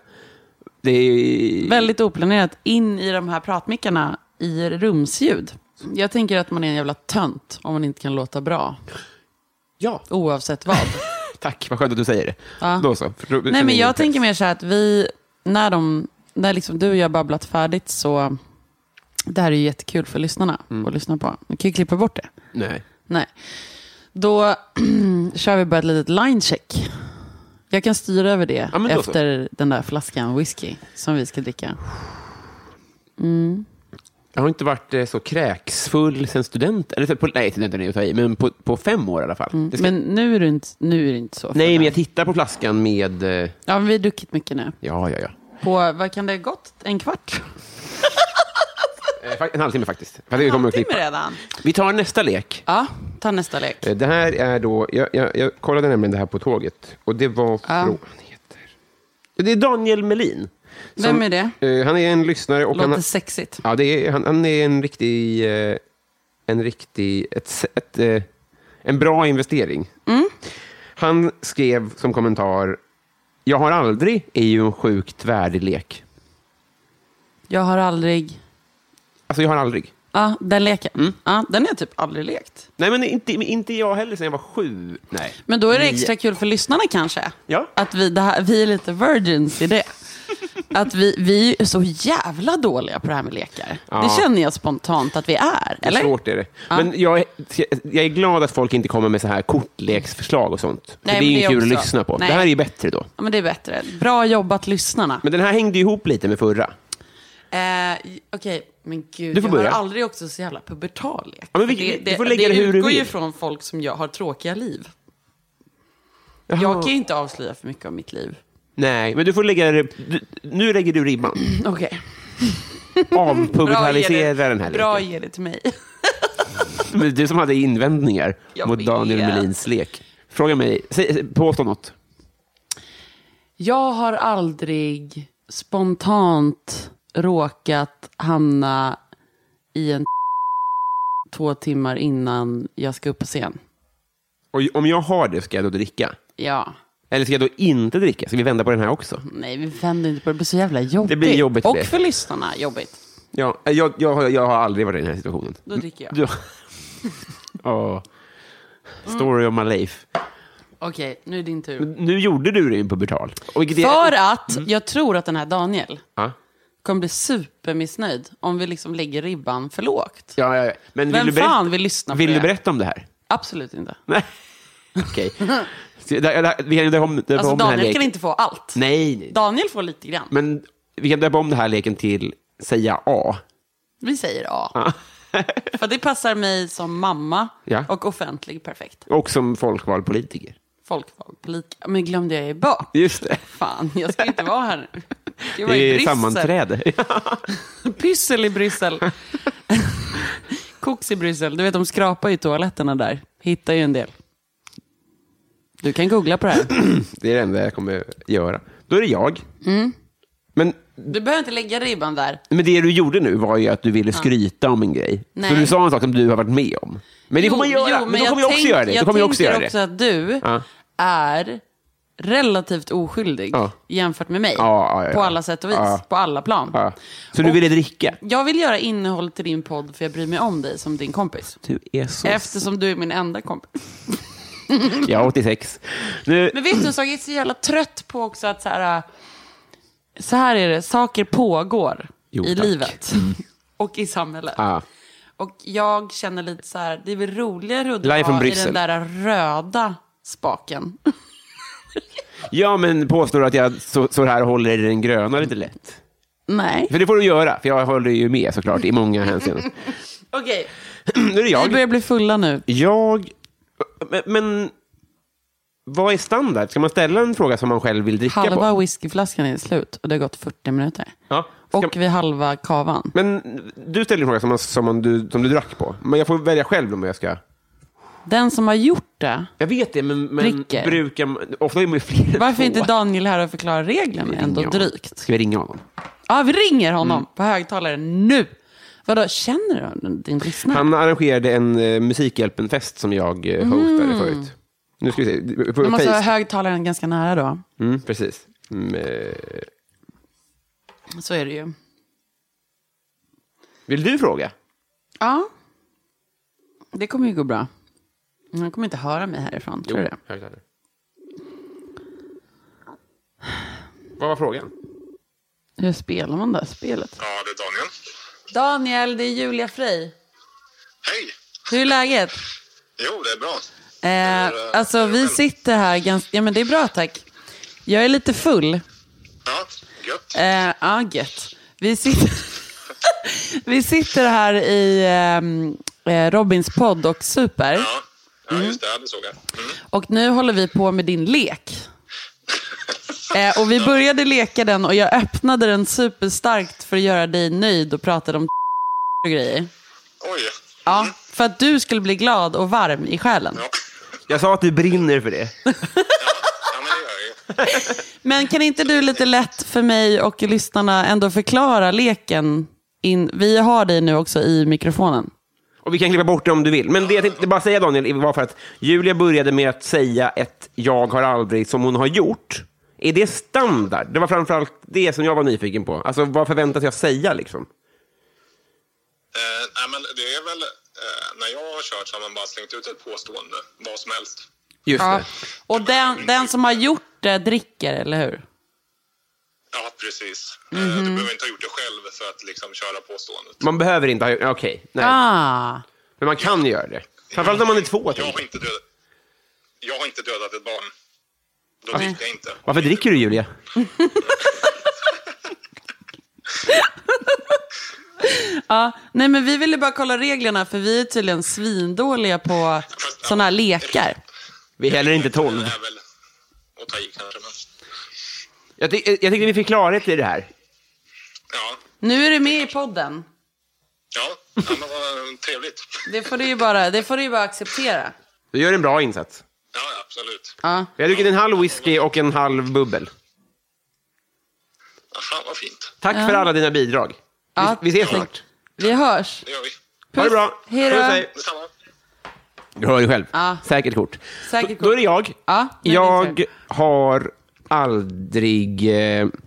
Det är...
Väldigt oplanerat in i de här pratmickarna i rumsljud. Jag tänker att man är en jävla tönt om man inte kan låta bra,
Ja,
oavsett vad.
tack. Vad skönt att du säger det.
Ja.
Då så. För- för-
Nej,
för-
men jag tänker mer så här att vi, när, de, när liksom du och jag babblat färdigt så, det här är ju jättekul för lyssnarna
Mm.
att lyssna på. Man kan ju klippa bort det.
Nej.
Nej. Då [CLEARS THROAT] kör vi bara ett litet linecheck. Jag kan styra över det
Ja, men då så.
efter den där flaskan whisky som vi ska dricka.
Jag har inte varit eh, så kräksfull sen studenten. Eller på, nej, studenten är ju att ta i, men på, på fem år i alla fall. Det ska-
Mm, Men nu är det inte, nu är det inte så.
Nej, men jag tittar på flaskan med... eh,
Ja, men vi har druckit mycket nu.
Ja, ja, ja.
På, vad kan det ha gått? En kvart?
Eh, fa- En halvtimme faktiskt. För att vi kommer att
Halvtimme
klippa.
redan?
Vi tar nästa lek.
Ja, ta nästa lek.
Eh, Det här är då... Jag, jag, jag kollade nämligen det här på tåget. Och det var... Från, han heter. Det är Daniel Melin.
Vem är det?
Eh, han är en lyssnare och han,
Låter sexigt.
ja, det är, han, han är en riktig... eh, En riktig... Ett, s- ett, eh, en bra investering.
Mm.
Han skrev som kommentar jag har aldrig är ju en sjukt värdig lek.
Jag har aldrig...
Alltså, jag har aldrig.
Ja, den leken.
Mm.
Ja, den har jag typ aldrig lekt.
Nej, men inte, men inte jag heller sen jag var sju. Nej.
Men då är det extra kul för lyssnarna kanske.
Ja.
Att vi, det här, vi är lite virgins
[LAUGHS]
i det. Att vi, vi är så jävla dåliga på det här med lekar.
Ja.
Det känner jag spontant att vi är. Eller?
Svårt är det.
Ja.
Men jag är, jag är glad att folk inte kommer med så här kortleksförslag och sånt.
Nej,
För det är
men
ju
det
kul
också.
att lyssna på.
Nej.
Det här är ju bättre då.
Ja, men det är bättre. Bra jobbat lyssnarna.
Men den här hängde ju ihop lite med förra.
Eh, Okej, men gud.
Du får
jag
börja.
har aldrig också så jävla pubertal lek.
Ja, men vi-
För det,
du får lägga
det
det hur du
utgår ju
vill.
från folk som jag har tråkiga liv.
Jaha.
Jag kan ju inte avslöja för mycket av mitt liv.
Nej, men du får lägga det, du, Nu lägger du ribban.
Okej. [CLEARS THROAT] Bra, ge
Avpublicera
det-
den här
Bra,
leken.
ge det till mig.
Men Du som hade invändningar
Jag
mot Daniel
vet.
Melins lek. Fråga mig, säg, säg- påstå något.
Jag har aldrig spontant råkat hamna i en [LAUGHS] två timmar innan jag ska upp på scen.
Och om jag har det, ska jag då dricka?
Ja.
Eller ska jag då inte dricka? Ska vi vända på den här också?
Nej, vi vänder inte på det. Det blir så jävla jobbigt.
Det blir jobbigt
Och
det.
för lyssnarna, jobbigt.
Ja, jag, jag, har- jag har aldrig varit i den här situationen.
Då dricker jag.
Du... Åh. Story of my life.
Okej, nu är din tur.
Nu gjorde du det ju på Bertal. Och vilket
För
är...
att jag tror att den här Daniel
Ja,
kommer bli supermissnöjd om vi liksom lägger ribban för lågt.
ja, ja. ja. Men
Vem
vill du berätta,
fan vill lyssna på
vill
det?
du berätta om det här?
Absolut inte. [LAUGHS]
Nej. Okej. Så där- där- Vi kan döpa om, döpa
Alltså
om den här
Daniel
leken.
kan inte få allt.
Nej, nej.
Daniel får lite grann.
Men vi kan döpa om den här leken till Säga A.
Vi säger A. [LAUGHS] För det passar mig som mamma
Ja.
och offentlig perfekt.
Och som folkvald politiker.
Folkvald politiker. Men glömde jag ju bak.
Just det.
Fan, jag ska inte vara här nu. Gud,
Det
vad i
är
Bryssel.
sammanträde.
[LAUGHS]
[LAUGHS]
Pyssel i Bryssel. [LAUGHS] Koks i Bryssel. Du vet, de skrapar ju toaletterna där. Hittar ju en del. Du kan googla på det här.
Det är det enda jag kommer göra. Då är det jag.
Mm.
Men,
Du behöver inte lägga ribban där.
men det du gjorde nu var ju att du ville skryta om en grej.
Nej.
Så du sa en sak som du har varit med om. Men det får man göra. men, då
jag
kommer jag också
tänk-
göra det. Då
Jag
kommer jag också
tänker
göra det.
också att du
Ja.
är relativt oskyldig
Ja.
jämfört med mig.
Ja, ja, ja.
På alla sätt och vis.
Ja.
På alla plan.
Ja. Så du ville dricka?
Jag vill göra innehåll till din podd för jag bryr mig om dig som din kompis.
Du är så...
Eftersom du är min enda kompis.
Jag är 86. Nu...
Men vet du en sak? Jag är så jävla trött på också att så här... äh, Så här är det, saker pågår
Jo,
i
tack. Mm.
livet. [LAUGHS] Och i samhället.
Ja.
Och jag känner lite så här, det är väl roligare att
Live från
dra i den
Bryssel.
där röda spaken. [LAUGHS]
ja, men påstår du att jag så, så här håller i den gröna lite lätt?
Nej.
För det får du göra, för jag håller ju med såklart i många hänseenden. [CLEARS THROAT]
Okej,
nu är det
vi
jag.
börjar bli fulla nu.
Jag... Men, men... Vad är standard? Ska man ställa en fråga som man själv vill dricka
Halva
på?
whiskyflaskan är slut och det har gått 40 minuter.
Ja. Ska...
Och vi halva kavan.
Men du ställer en fråga som, man, som, man, du, som du drack på. Men jag får välja själv om jag ska...
Den som har gjort det,
Jag vet det, men, men
Dricker.
brukar man- Ofta är man ju fler än
varför är inte
två.
Daniel här och förklarar reglerna?
Ringa
Ändå
honom.
drygt.
Ska vi ringa honom?
Ja, vi ringer honom
Mm.
på högtalare nu. Vadå, känner du din lyssnare?
Han arrangerade en eh, Musikhjälpen-fest som jag eh, hostade förut. Nu ska vi se. På
Man Mm. måste ha
face.
högtalaren ganska nära då.
Mm, precis. Mm, eh,
Så är det ju.
vill du fråga?
Ja, det kommer ju gå bra. Han kommer inte höra mig härifrån, tror du det?
högtalare. Vad var frågan?
Hur spelar man det här spelet?
Ja, det är Daniel.
Daniel, det är Julia Frey.
Hej!
Hur är läget?
Jo, det är bra.
Eh, alltså, vi sitter här ganska... Ja, men det är bra, tack. Jag är lite full.
Ja, gött.
Eh, ja, gött. Vi sitter, [LAUGHS] vi sitter här i ehm, eh, Robins podd och Super.
Ja, ja just det. Ja, det såg jag. Mm.
Och nu håller vi på med din lek. Eh, och vi började leka den och jag öppnade den superstarkt för att göra dig nöjd och pratade om [LAUGHS] och grejer.
Oj.
Ja, för att du skulle bli glad och varm i själen.
Ja.
Jag sa att du brinner för det.
ja, men det gör jag ju.
Men kan inte du lite lätt för mig och lyssnarna ändå förklara leken? In, vi har dig nu också i mikrofonen.
Och vi kan klippa bort det om du vill. Men det jag tänkte bara säga Daniel var för att Julia började med att säga ett jag har aldrig som hon har gjort. Är det standard? Det var framförallt det som jag var nyfiken på. Alltså vad förväntas jag säga liksom?
Eh, nej, men det är väl eh, när jag har kört så har man bara slängt ut ett påstående, vad som helst.
Just
Ja.
det.
Och den, den som har gjort det dricker, eller hur?
Ja, precis. Eh, du behöver inte ha gjort det själv för att liksom köra påståendet.
Mhm. Man behöver inte ha... Okej, nej.
Ah.
Men man kan ju göra det. Framförallt när man är två. typ.
Jag
tänker jag.
har inte dödat, jag har inte dödat ett barn. Då dricker jag inte.
Varför dricker du Julia?
Nej, men vi ville bara kolla reglerna, för vi är tydligen svindåliga på sådana här lekar.
Vi är heller inte tolv.
Det är väl att ta i kanske, men...
Jag, ty- jag tyckte vi fick klarhet i det här.
Ja,
Nu är du med i podden.
ja, ja men vad trevligt.
Det får du ju bara, det får du ju bara acceptera.
Du gör en bra insats.
Ja, ja, absolut.
Ja.
Jag har druckit en halv whisky och en halv bubbel.
Ja, fan vad fint.
Tack för alla dina bidrag.
Ja,
Vi, vi ses
tack.
snart.
Vi hörs.
Det gör vi.
Ha det bra.
Hej då.
Puss, hej.
Detsamma.
Du hör ju själv.
Ja.
Säkert kort.
Säkert
Då-
kort.
Då är det jag.
Ja, nu är det din
jag
tur.
har aldrig... Eh... [CLEARS THROAT]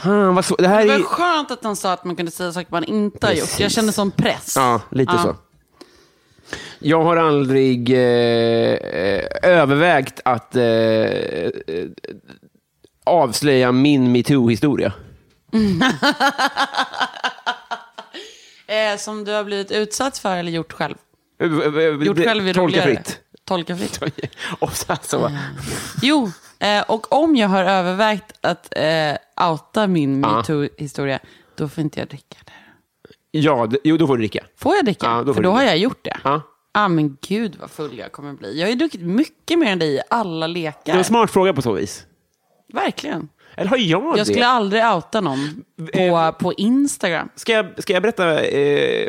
Fan, vad svårt. Det här
Det var
är...
skönt att han sa att man kunde säga saker man inte har gjort. Jag
Precis.
kände sån press.
Ja, lite
Ja.
så. Jag har aldrig eh, eh, övervägt att eh, eh, avslöja min metoo-historia.
Eh, som du har blivit utsatt för eller gjort själv. Gjort
Gjort
själv är
Tolka
roligare.
fritt.
Tolka fritt. [LAUGHS]
Och så, så.
Jo, eh, och om jag har övervägt att eh, outa min metoo-historia, då får inte jag dricka det.
Ja, d- jo, då får du dricka.
Får jag dricka?
Ja, då får
För
du
då har
dricka.
jag gjort det.
Ja.
Ah, men gud vad full jag kommer bli. Jag har ju druckit mycket mer än dig i alla
Det var
lekar.
en smart fråga på så vis.
Verkligen.
Eller har jag,
Jag skulle
det?
aldrig outa någon på,
Eh,
på Instagram.
Ska jag, ska jag berätta... Eh,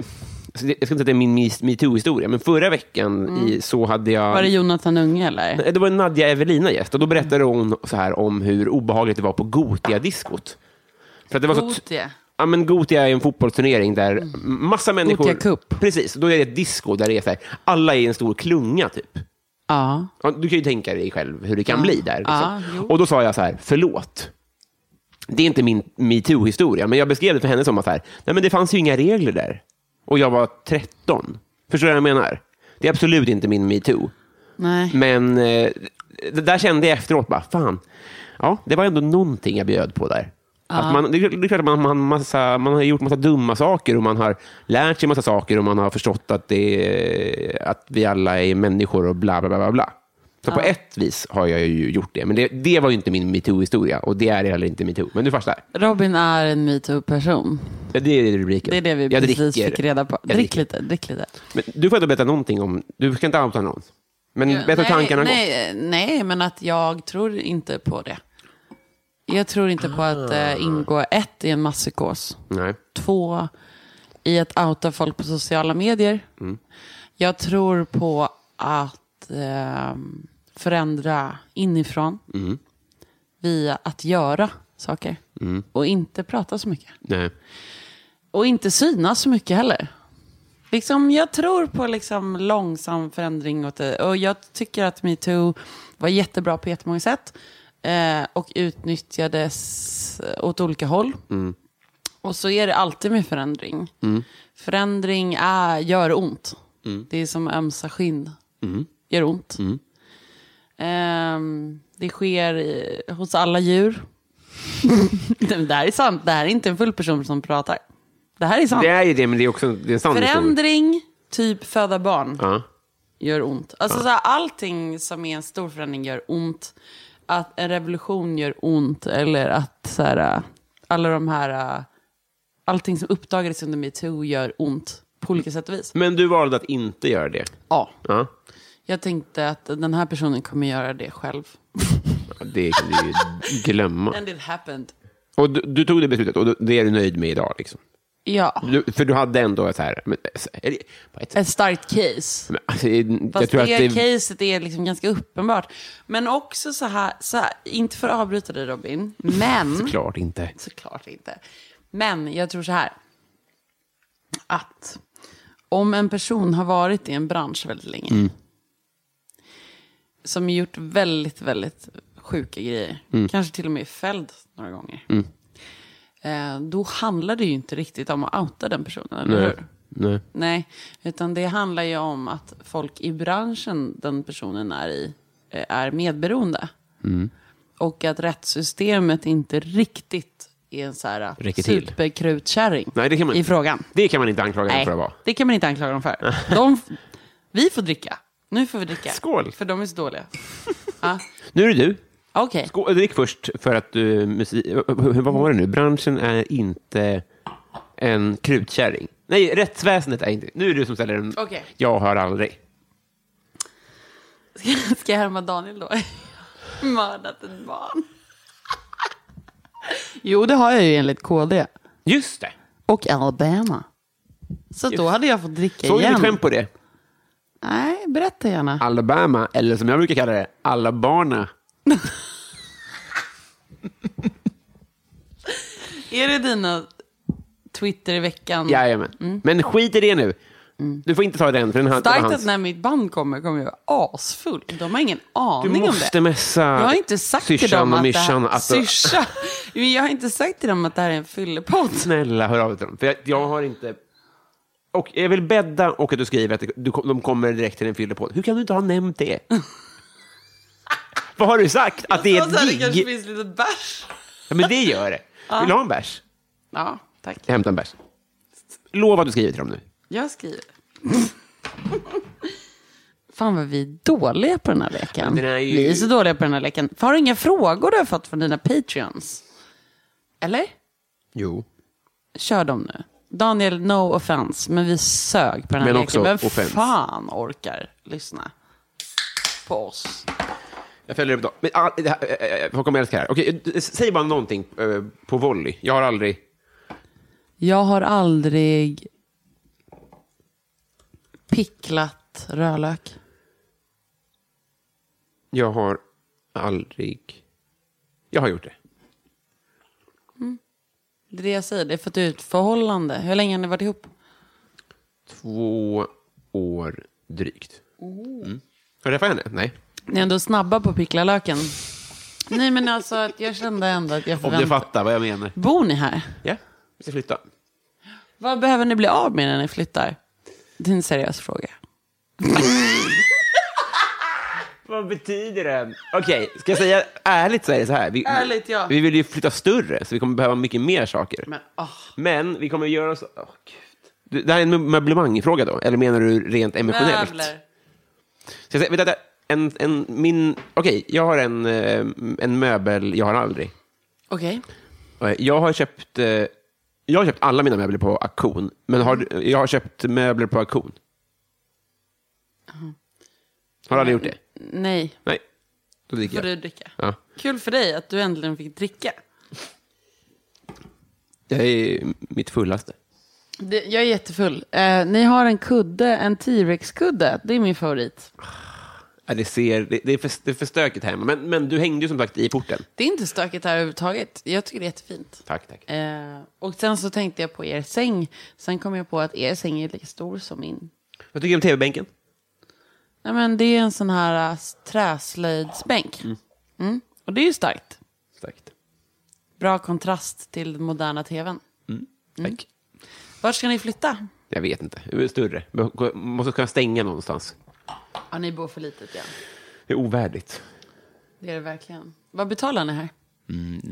alltså det- jag ska inte säga att det är min mis- metoo-historia, men förra veckan i, så hade jag...
Mm.
Eh,
Var det Jonathan Unge eller?
Det var Nadja Evelina gäst och då berättade hon så här om hur obehagligt det var på Gotia-diskot. För att det var så alltså, t-
Gotia.
Ja, men Gotia är en fotbollsturnering där massa människor...
Mm. Gothia Cup.
Precis, då är det ett disco där det är så här, alla är i en stor klunga typ.
Ja.
Ja, Du kan ju tänka dig själv hur det kan bli där.
Ja,
Liksom.
jo.
och då sa jag så här, förlåt. Det är inte min metoo-historia, men jag beskrev det för henne som att så här, nej, men det fanns ju inga regler där. Och jag var 13. Förstår du vad jag menar? Det är absolut inte min metoo.
Nej.
Men eh, det där kände jag efteråt, bara, fan, ja, det var ändå någonting jag bjöd på där. Att man, det är det är klart att man, man, massa, man har gjort massa dumma saker och man har lärt sig massa saker och man har förstått att, det, är- att vi alla är människor och bla, bla, bla. bla, bla. Så på ett vis har jag ju gjort det, men det, det var ju inte min metoo-historia och det är heller inte metoo. Men du fattar,
Robin är en metoo-person.
det är rubriken.
Det är det vi
jag
precis
dricker.
fick reda på.
Jag
Drick
dricker.
lite, drick lite.
Men du får inte berätta någonting om, du ska inte outa någon. Men berätta hur tankarna går.
nej, nej, men att jag tror inte på det. Jag tror inte på att eh, ingå ett i en masspsykos.
Nej.
Två, i att outa folk på sociala medier. Jag tror på att eh, förändra inifrån via att göra saker. Och inte prata så mycket.
Nej.
Och inte synas så mycket heller. Liksom, jag tror på liksom långsam förändring. Åt det. Och jag tycker att metoo var jättebra på jättemånga sätt. Eh, och utnyttjades åt olika håll. Och så är det alltid med förändring. Förändring är, gör ont. Det är som ömsa skinn. Gör ont. Ehm, det sker eh, hos alla djur. [LAUGHS] det där är sant. Det här är inte en full person som pratar. Det här är sant.
Det är ju det, men det är också det är en sann historia.
Förändring, typ föda barn,
Ja.
gör ont. Alltså, så här, allting som är en stor förändring gör ont. Att en revolution gör ont. Eller att så här, äh, alla de här... äh, Allting som uppdagades under metoo gör ont på olika sätt och vis.
Men du valde att inte göra det.
Ja,
Ja.
jag tänkte att den här personen kommer göra det själv. [LAUGHS]
Det kan du ju glömma.
And it happened.
Och du, du tog det beslutet och du- det är du nöjd med idag. Liksom.
Ja,
Du, för du hade ändå så här... Men, är det, på ett,
ett starkt case.
men, alltså, jag
Fast
tror att
det,
det,
caset är liksom ganska uppenbart. Men också så här, så här inte för att avbryta dig Robin,
[LAUGHS]
men... [LAUGHS]
Klart inte.
Såklart inte. Men jag tror så här. Att om en person har varit i en bransch väldigt länge. Som gjort väldigt, väldigt sjuka grejer. Kanske till och med är fälld några gånger. Eh, då handlar det ju inte riktigt om att outa den personen, eller
Nej.
hur?
Nej.
Nej, utan det handlar ju om att folk i branschen den personen är i eh, är medberoende.
Mm.
Och att rättssystemet inte riktigt är en så här eh,
Räcker till.
superkrutkärring
Nej, det kan man,
i frågan.
Det kan man inte anklaga dem
Nej,
för att vara.
det kan man inte anklaga
[LAUGHS]
dem för. De, vi får dricka. Nu får vi dricka.
Skål.
För de är så dåliga. ja.
Nu är det du.
Okej.
Skå, drick först för att du... musik- Vad var det nu? Branschen är inte en krutkärring. Nej, rättsväsendet är inte... Nu är det du som ställer den.
Okej.
Jag hör aldrig.
Ska- Ska jag härma Daniel då? [LAUGHS] Mördat ett barn. jo, det har jag ju enligt KD.
Just det.
Och Alabama. Så då hade jag fått dricka
Såg du
igen.
mitt skämt på det?
Nej, berätta gärna.
Alabama, eller som jag brukar kalla det,
Mm.
Alabama.
Är det dina Twitter i veckan?
Jajamän. Men skit i det nu. Du får inte ta den, för den har det var
Mm. Starkt
hans.
att när mitt band kommer kommer jag vara asfull. De har ingen
Du
aning om
måste
det.
messa
Jag har inte sagt till
syrsan
dem
och
att
myrsan
det här...
att...
Syrsa? Men jag har inte sagt till dem att det här är en fyllepodd.
Snälla, hör av dig till dem. För jag, jag har inte... Och jag vill bädda och att du skriver att det- du, kom- de kommer direkt till en fyllepodd. Hur kan du inte ha nämnt det? Vad har du sagt? Att det är
Jag sa att det
ett
kanske
gig?
finns lite bärs.
Ja, men det gör det. Vill du ha en bärs?
Ja, tack.
Jag hämtar en bärs. Lova att du skriver till dem nu.
Jag skriver. [LAUGHS] Fan vad vi är dåliga på den här leken.
Den är ju-
Vi är så dåliga på den här leken. Har du inga frågor du har fått från dina patreons? Eller?
Jo.
Kör dem nu. Daniel, no offense, men vi sög på den
Men
här leken.
också
Vem
offense.
fan orkar lyssna på oss?
Jag följer upp dem. Men, ah, det här, eh, eh, folk kommer älska det här. Okej, eh, säg bara någonting eh, på volley. Jag har aldrig...
Jag har aldrig picklat rödlök.
Jag har aldrig... Jag har gjort det.
Det är det jag säger, det är för att du är i ett förhållande. Hur länge har ni varit ihop?
Två år drygt. Mm. Har du träffat henne? Nej.
Ni är ändå snabba på att pickla löken. Nej men alltså att jag kände ändå att jag
Om du
förväntade
fattar vad jag menar.
Bor ni här?
Ja, vi ska flytta.
Vad behöver ni bli av med när ni flyttar? Det är en seriös fråga.
Vad betyder det? Okej, ska jag säga ärligt så är det så här. Vi,
Ärligt, ja.
Vi vill ju flytta större, så vi kommer behöva mycket mer saker.
Men åh,
Men vi kommer göra oss... Åh, Gud. Du, Det här är en möblemangfråga då, eller menar du rent emotionellt?
möbler.
Ska jag säga, vänta, vänta. en, en, min... Okej, jag har en, eh, en möbel jag har aldrig.
Okej.
Eh, Jag har köpt... eh, Jag har köpt alla mina möbler på auktion, men har, du- jag har köpt möbler på auktion. Har du aldrig gjort det?
Nej,
Nej. Då dricker
får
jag.
du dricka.
Ja.
Kul för dig att du äntligen fick dricka.
Jag är mitt fullaste.
Det, jag är jättefull. Eh, ni har en kudde, en T-Rex-kudde. Det är min favorit.
Ja, det, ser, det, det, är för, det är för stökigt hemma, men, men du hängde ju som sagt i porten.
Det är inte stökigt här överhuvudtaget. Jag tycker det är jättefint.
Tack, tack.
Eh, och sen så tänkte jag på er säng. Sen kom jag på att er säng är lika stor som min.
Vad tycker du om tv-bänken?
Nej, men det är en sån här äh, träslöjdsbänk. Mm. Och det är ju starkt.
Starkt.
Bra kontrast till den moderna tvn.
Tack.
Vart ska ni flytta?
Mm. Jag vet inte. Det är Större. Behö- Måste kunna stänga någonstans.
Ja, ni bor för litet, ja.
Det är ovärdigt.
Det är det verkligen. Vad betalar ni här?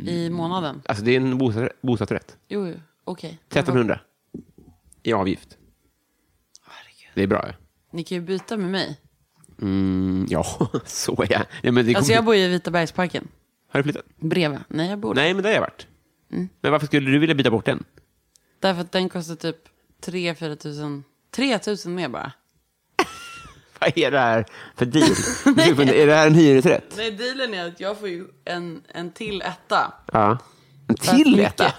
I månaden?
Alltså, det är en bostadsrä- bostadsrätt.
Jo, jo. okej.
1300 i avgift.
Herregud.
Det är bra. ja.
Ni kan ju byta med mig.
Mm, ja, [LAUGHS] så är jag. Nej, men det
Alltså
kommer-
jag bor ju i Vitabergsparken.
Har du flyttat?
Bredvid. Nej, jag bor där.
Nej, men det har jag varit. Men varför skulle du vilja byta bort den? [LAUGHS]
Därför att den kostar typ 3-4 tusen. 3 tusen mer bara.
Vad är det här för
[LAUGHS]
deal? Du funderar, är det här en hyresrätt?
Nej, dealen är att jag får ju en, en till etta.
Ja. En
För att
till
[LAUGHS] mycket-
etta?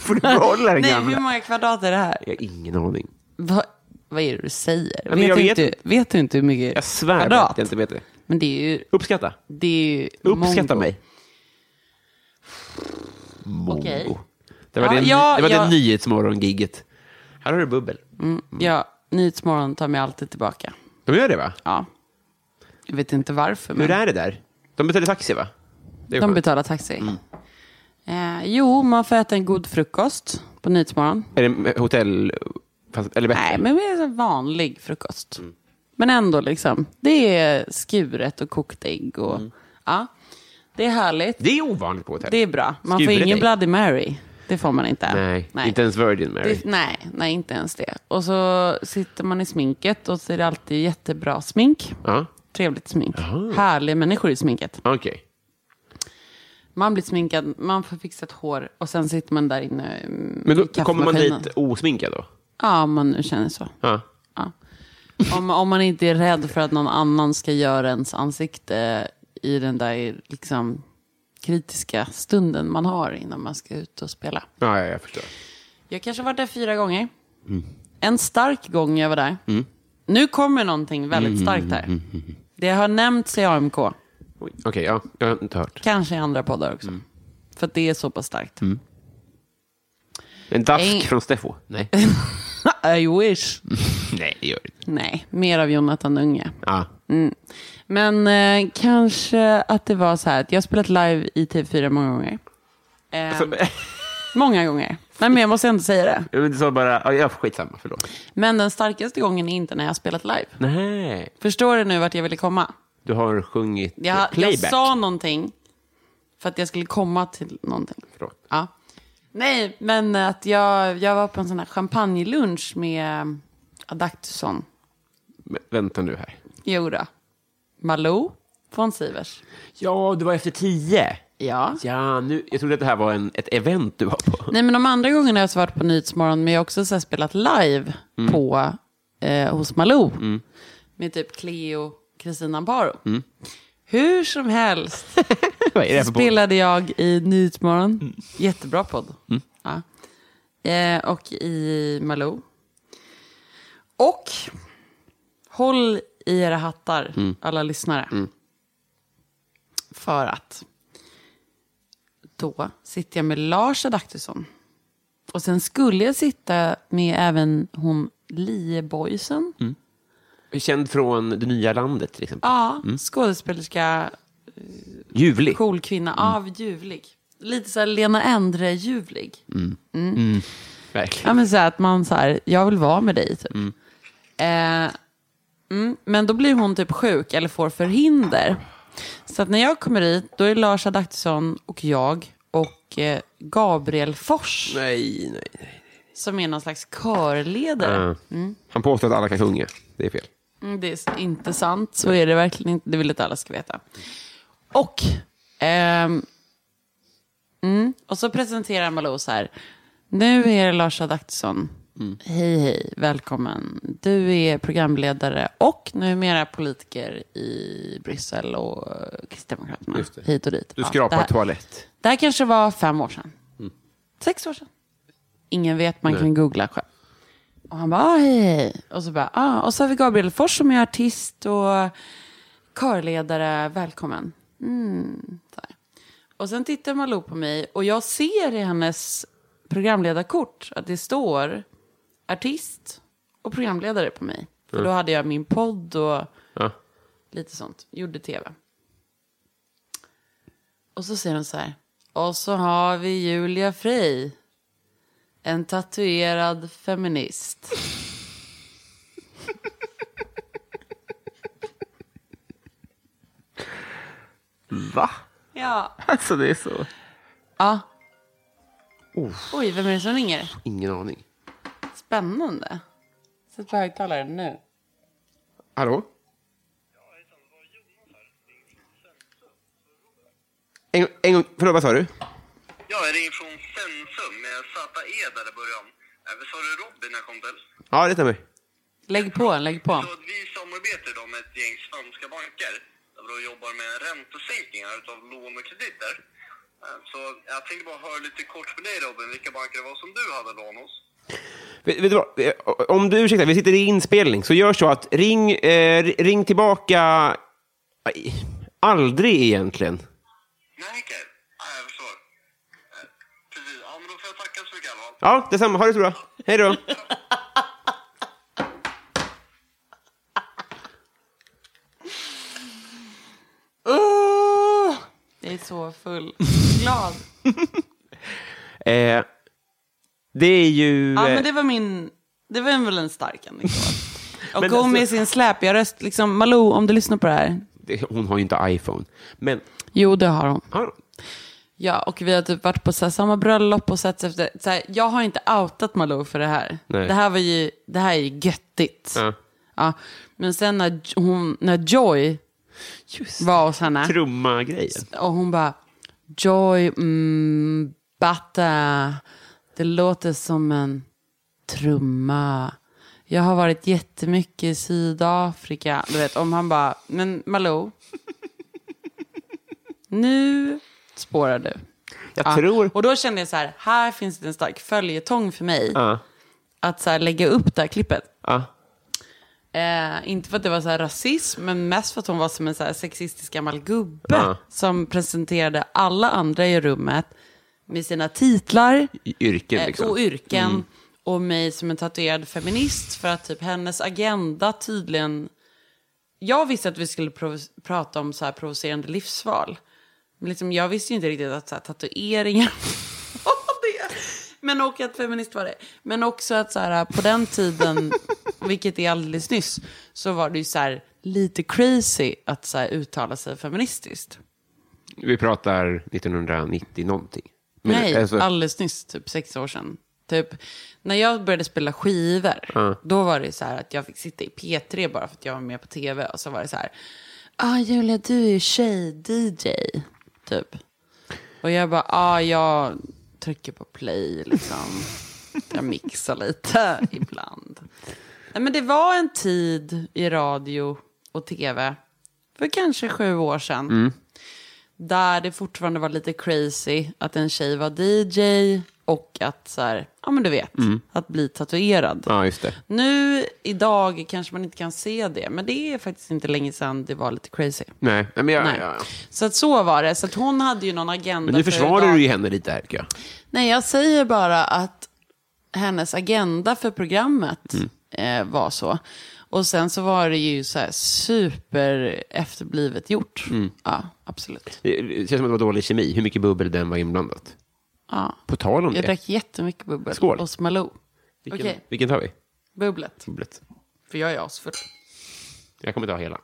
får du behålla den
Nej,
gamla?
hur många kvadrat är det här?
Jag har ingen aning.
Va, vad är det du säger?
men jag
du
vet
inte, vet du inte hur mycket
Jag svär på
kvadrat?
att jag inte vet det.
Men det är ju...
Uppskatta.
Det är ju
Uppskatta
mongo.
mig. Mongo.
Okej.
Det var
Ja,
det,
ja,
det, var det
ja.
nyhetsmorgon-gigget. Här har du bubbel.
Ja, Nyhetsmorgon tar mig alltid tillbaka.
De gör det, va?
Ja. Jag vet inte varför. Men
Hur är det där? De betalar taxi, va? Det Mm. är
de
skönt.
betalar taxi. Eh, jo, man får äta en god frukost på Nyhetsmorgon.
Är det hotell... fast- Eller bättre?
Nej, men det är en vanlig frukost.
Mm.
Men ändå, liksom. Det är skuret och kokt ägg. Och, ja, det är härligt.
Mm. Det är ovanligt på hotell.
Det är bra. Man
Skuret
får ingen
ägg.
Bloody Mary. Det får man inte.
Nej, inte ens Virgin Mary.
Det, nej, nej, inte ens det. Och så sitter man i sminket och så är det alltid jättebra smink.
Ja,
Trevligt smink. Härliga människor i sminket.
okej.
Man blir sminkad, man får fixat hår och sen sitter man där inne mm,
Men
i
då kommer man
kaffemaskinen.
dit osminkad då?
Ja, om man nu känner så.
Ja.
Ja. Om, om man inte är rädd för att någon annan ska göra ens ansikte i den där liksom, kritiska stunden man har innan man ska ut och spela.
Ja, ja, jag förstår.
Jag kanske har varit där fyra gånger. En stark gång jag var där. Nu kommer någonting väldigt starkt här. Det har nämnts i AMK,
Oj, Okej, ja. Jag har inte hört.
kanske i andra poddar också. För att det är så pass starkt.
En dask
Ing-
från Steffo?
[LAUGHS]
Nej.
I wish.
Nej, det gör det inte.
Nej, mer av Jonathan Unge.
Ja.
Men eh, kanske att det var så här att jag har spelat live i TV4 många gånger. Eh, [LAUGHS] Många gånger. Nej, men jag måste ändå säga det.
jag sa bara... Ja, jag- skitsamma, förlåt.
Men den starkaste gången är inte när jag har spelat live.
Nej,
Förstår du nu vart jag ville komma?
du har sjungit
Jag, jag
playback.
sa någonting för att jag skulle komma till någonting.
Förlåt.
Ja. Nej, men att jag, jag var på en sån här champagnelunch med Adaktusson.
Men, vänta nu här.
Jodå. Malou von Sivers.
Ja, du var efter tio.
Ja.
Ja, nu, jag trodde att det här var en, ett event du var på.
Nej, men de andra gångerna har jag så varit på Nyhetsmorgon, men jag har också så här spelat live på, eh, hos Malou. Med typ Cleo, Kristina Amparo. Hur som helst
[LAUGHS] Vad är Mm. det här
så
för
spelade jag i Nyhetsmorgon. Jättebra podd.
Mm.
Ja. Eh, och i Malou. Och håll i era hattar,
Mm.
alla lyssnare. För att då sitter jag med Lars Adaktusson. Och sen skulle jag sitta med även hon Lieboisen.
Mm. podd? Känd från Det nya landet, till exempel.
Ja, skådespelerska,
Ljuvlig.
cool kvinna.
Mm.
Av ljuvlig. Lite så här Lena Endre-ljuvlig.
Verkligen.
Ja, men så här, att man så här, jag vill vara med dig typ. Eh, mm, men då blir hon typ sjuk eller får förhinder. Så att när jag kommer hit, då är Lars Adaktusson och jag och eh, Gabriel Fors,
Nej, nej, nej.
som är någon slags körledare.
Ja. Mm. Han påstår att alla kan sjunga. Det är fel.
Mm, Det är s- inte sant. Så är det verkligen inte. Det vill inte alla ska veta. Och, ehm, mm, och så presenterar Malou så här. Nu är det Lars Adaktusson.
Mm.
Hej, hej. Välkommen. Du är programledare och numera politiker i Bryssel och eh, Kristdemokraterna.
det.
Hit och dit.
Du
Ja,
skrapar
det här-
toalett.
Det här kanske var fem år sedan. Sex år sedan. Ingen vet, man kan googla själv. Och han bara, ah, hej, hej. Och så bara, ah. Och så har vi Gabriel Fors som är artist och körledare. Välkommen. Mm. Så här. Och sen tittar Malou på mig och jag ser i hennes programledarkort att det står artist och programledare på mig. För då hade jag min podd och
Ja.
lite sånt. Gjorde tv. Och så säger hon så här. Och så har vi Julia Frey. En tatuerad feminist.
[LAUGHS] Va?
Ja.
[LAUGHS] Alltså, det är så...
ja. Oj, vem är det som ringer?
Ingen aning.
Spännande. Sätt på högtalaren nu.
Hallå? En, en gång, förlåt, vad sa du?
Ja, jag ringer från Sensum med ZE där i början. Även sa du Robin, här kompis?
Ja, det stämmer.
Lägg på, lägg på.
Så att vi samarbetar då med ett gäng svenska banker där vi då jobbar med räntesänkningar utav lån och krediter. Eh, Så jag tänkte bara höra lite kort med dig Robin, vilka banker det var som du hade lån hos.
Vet, vet du vad? Eh, Om du ursäktar, vi sitter i inspelning, så gör så att ring, eh, ring tillbaka... Aj, aldrig egentligen.
Nej, okej. Nej, jag förstår. Eh, Precis. Ja, men då får jag tacka så mycket i alla fall.
Ja, detsamma. Ha det så bra. Hej
[LAUGHS]
då.
Åh! Jag är så full. Glad.
Eh, det är ju...
Ja, men
eh,
det var min... Det var väl en
[LAUGHS]
stark anekdot. Och
Men
hon
alltså-
med sin släpiga röst, liksom Malou, om du lyssnar på det här.
det- Hon har ju inte iPhone. Men...
Jo, det har hon.
Ja,
Ja, och vi har typ varit på så här, samma bröllop och sett efter. Så här, jag har inte outat Malou för det här.
Nej.
Det här var ju, det här är ju göttigt.
Ja.
Ja, Men sen när, J- hon, när Joy var hos henne.
Trumma-grejen.
Och hon bara, Joy mm, Batta, det låter som en trumma. Jag har varit jättemycket i Sydafrika. Du vet, om han bara, men Malou, nu spårar du.
Jag
Ja.
tror...
Och då kände jag så här, här finns det en stark följetong för mig.
Ja.
Att så här, lägga upp det här klippet.
Ja.
Eh, inte för att det var så här rasism, men mest för att hon var som en så här sexistisk gammal gubbe.
Ja.
Som presenterade alla andra i rummet med sina titlar
I- Yrken,
eh,
liksom.
och yrken. Och mig som en tatuerad feminist för att typ hennes agenda tydligen... Jag visste att vi skulle provo- prata om så här provocerande livsval. Men liksom, jag visste ju inte riktigt att så här, [LAUGHS] tatueringar var det. Men och att feminist var det. Men också att så här, på den tiden, vilket är alldeles nyss, så var det ju så här, lite crazy att så här, uttala sig feministiskt.
Vi pratar 1990 någonting. Men,
Nej,
alltså,
alldeles nyss, typ sex år sedan. Typ, när jag började spela skivor, då var det så här att jag fick sitta i P3 bara för att jag var med på tv. Och så var det så här, ah, Julia du är ju tjej-DJ, typ. Och jag bara, ah, jag trycker på play liksom. Jag mixar lite [LAUGHS] ibland. Nej, men det var en tid i radio och tv, för kanske sju år sedan
Mm.
där det fortfarande var lite crazy att en tjej var DJ och att så här, ja men du vet, att bli tatuerad.
Mm. Ja, just det.
Nu idag kanske man inte kan se det, men det är faktiskt inte länge sedan det var lite crazy.
Nej, men jag...
Nej.
Ja, ja.
Så att så var det, så att hon hade ju någon agenda.
Men nu
för
försvarar
idag.
du ju henne lite här, tycker jag.
Nej, jag säger bara att hennes agenda för programmet
Mm.
eh, var så. Och sen så var det ju så här super efterblivet gjort.
Mm.
Ja, absolut.
Det det känns som att det var dålig kemi, hur mycket bubbel den var inblandat.
Ja.
På tal om
Jag
det,
drack jättemycket bubbel
Skål.
hos Malou. Okej,
vilken, vilken tar vi?
bubblet.
Bubblet.
För jag är asfull.
Jag kommer ta hela.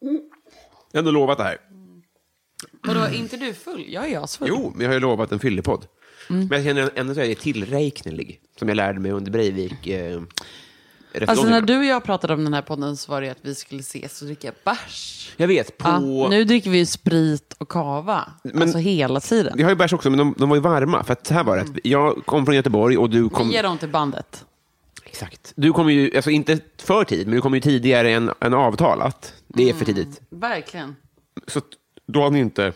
Jag har ändå lovat det här.
Vadå, är inte du full? Jag är asfull.
Jo, men jag har ju lovat en fyllepodd.
Mm.
Men jag känner ändå att jag är tillräknelig, som jag lärde mig under Breivik. Eh,
Alltså när
rättegången.
du och jag pratade om den här podden så var det ju att vi skulle ses och dricka bärs.
Jag vet, på...
Ja, nu dricker vi ju sprit och kava.
Men-
alltså hela tiden.
Vi har ju bärs också, men de, de var ju varma. För att så här var det, att jag kom från Göteborg och du kom...
Ge Mm. dem till bandet.
Exakt. Du kom ju, alltså inte för tid, men du kom ju tidigare än, än avtalat. Det är för
Mm.
tidigt.
Verkligen.
Så att då hade ju inte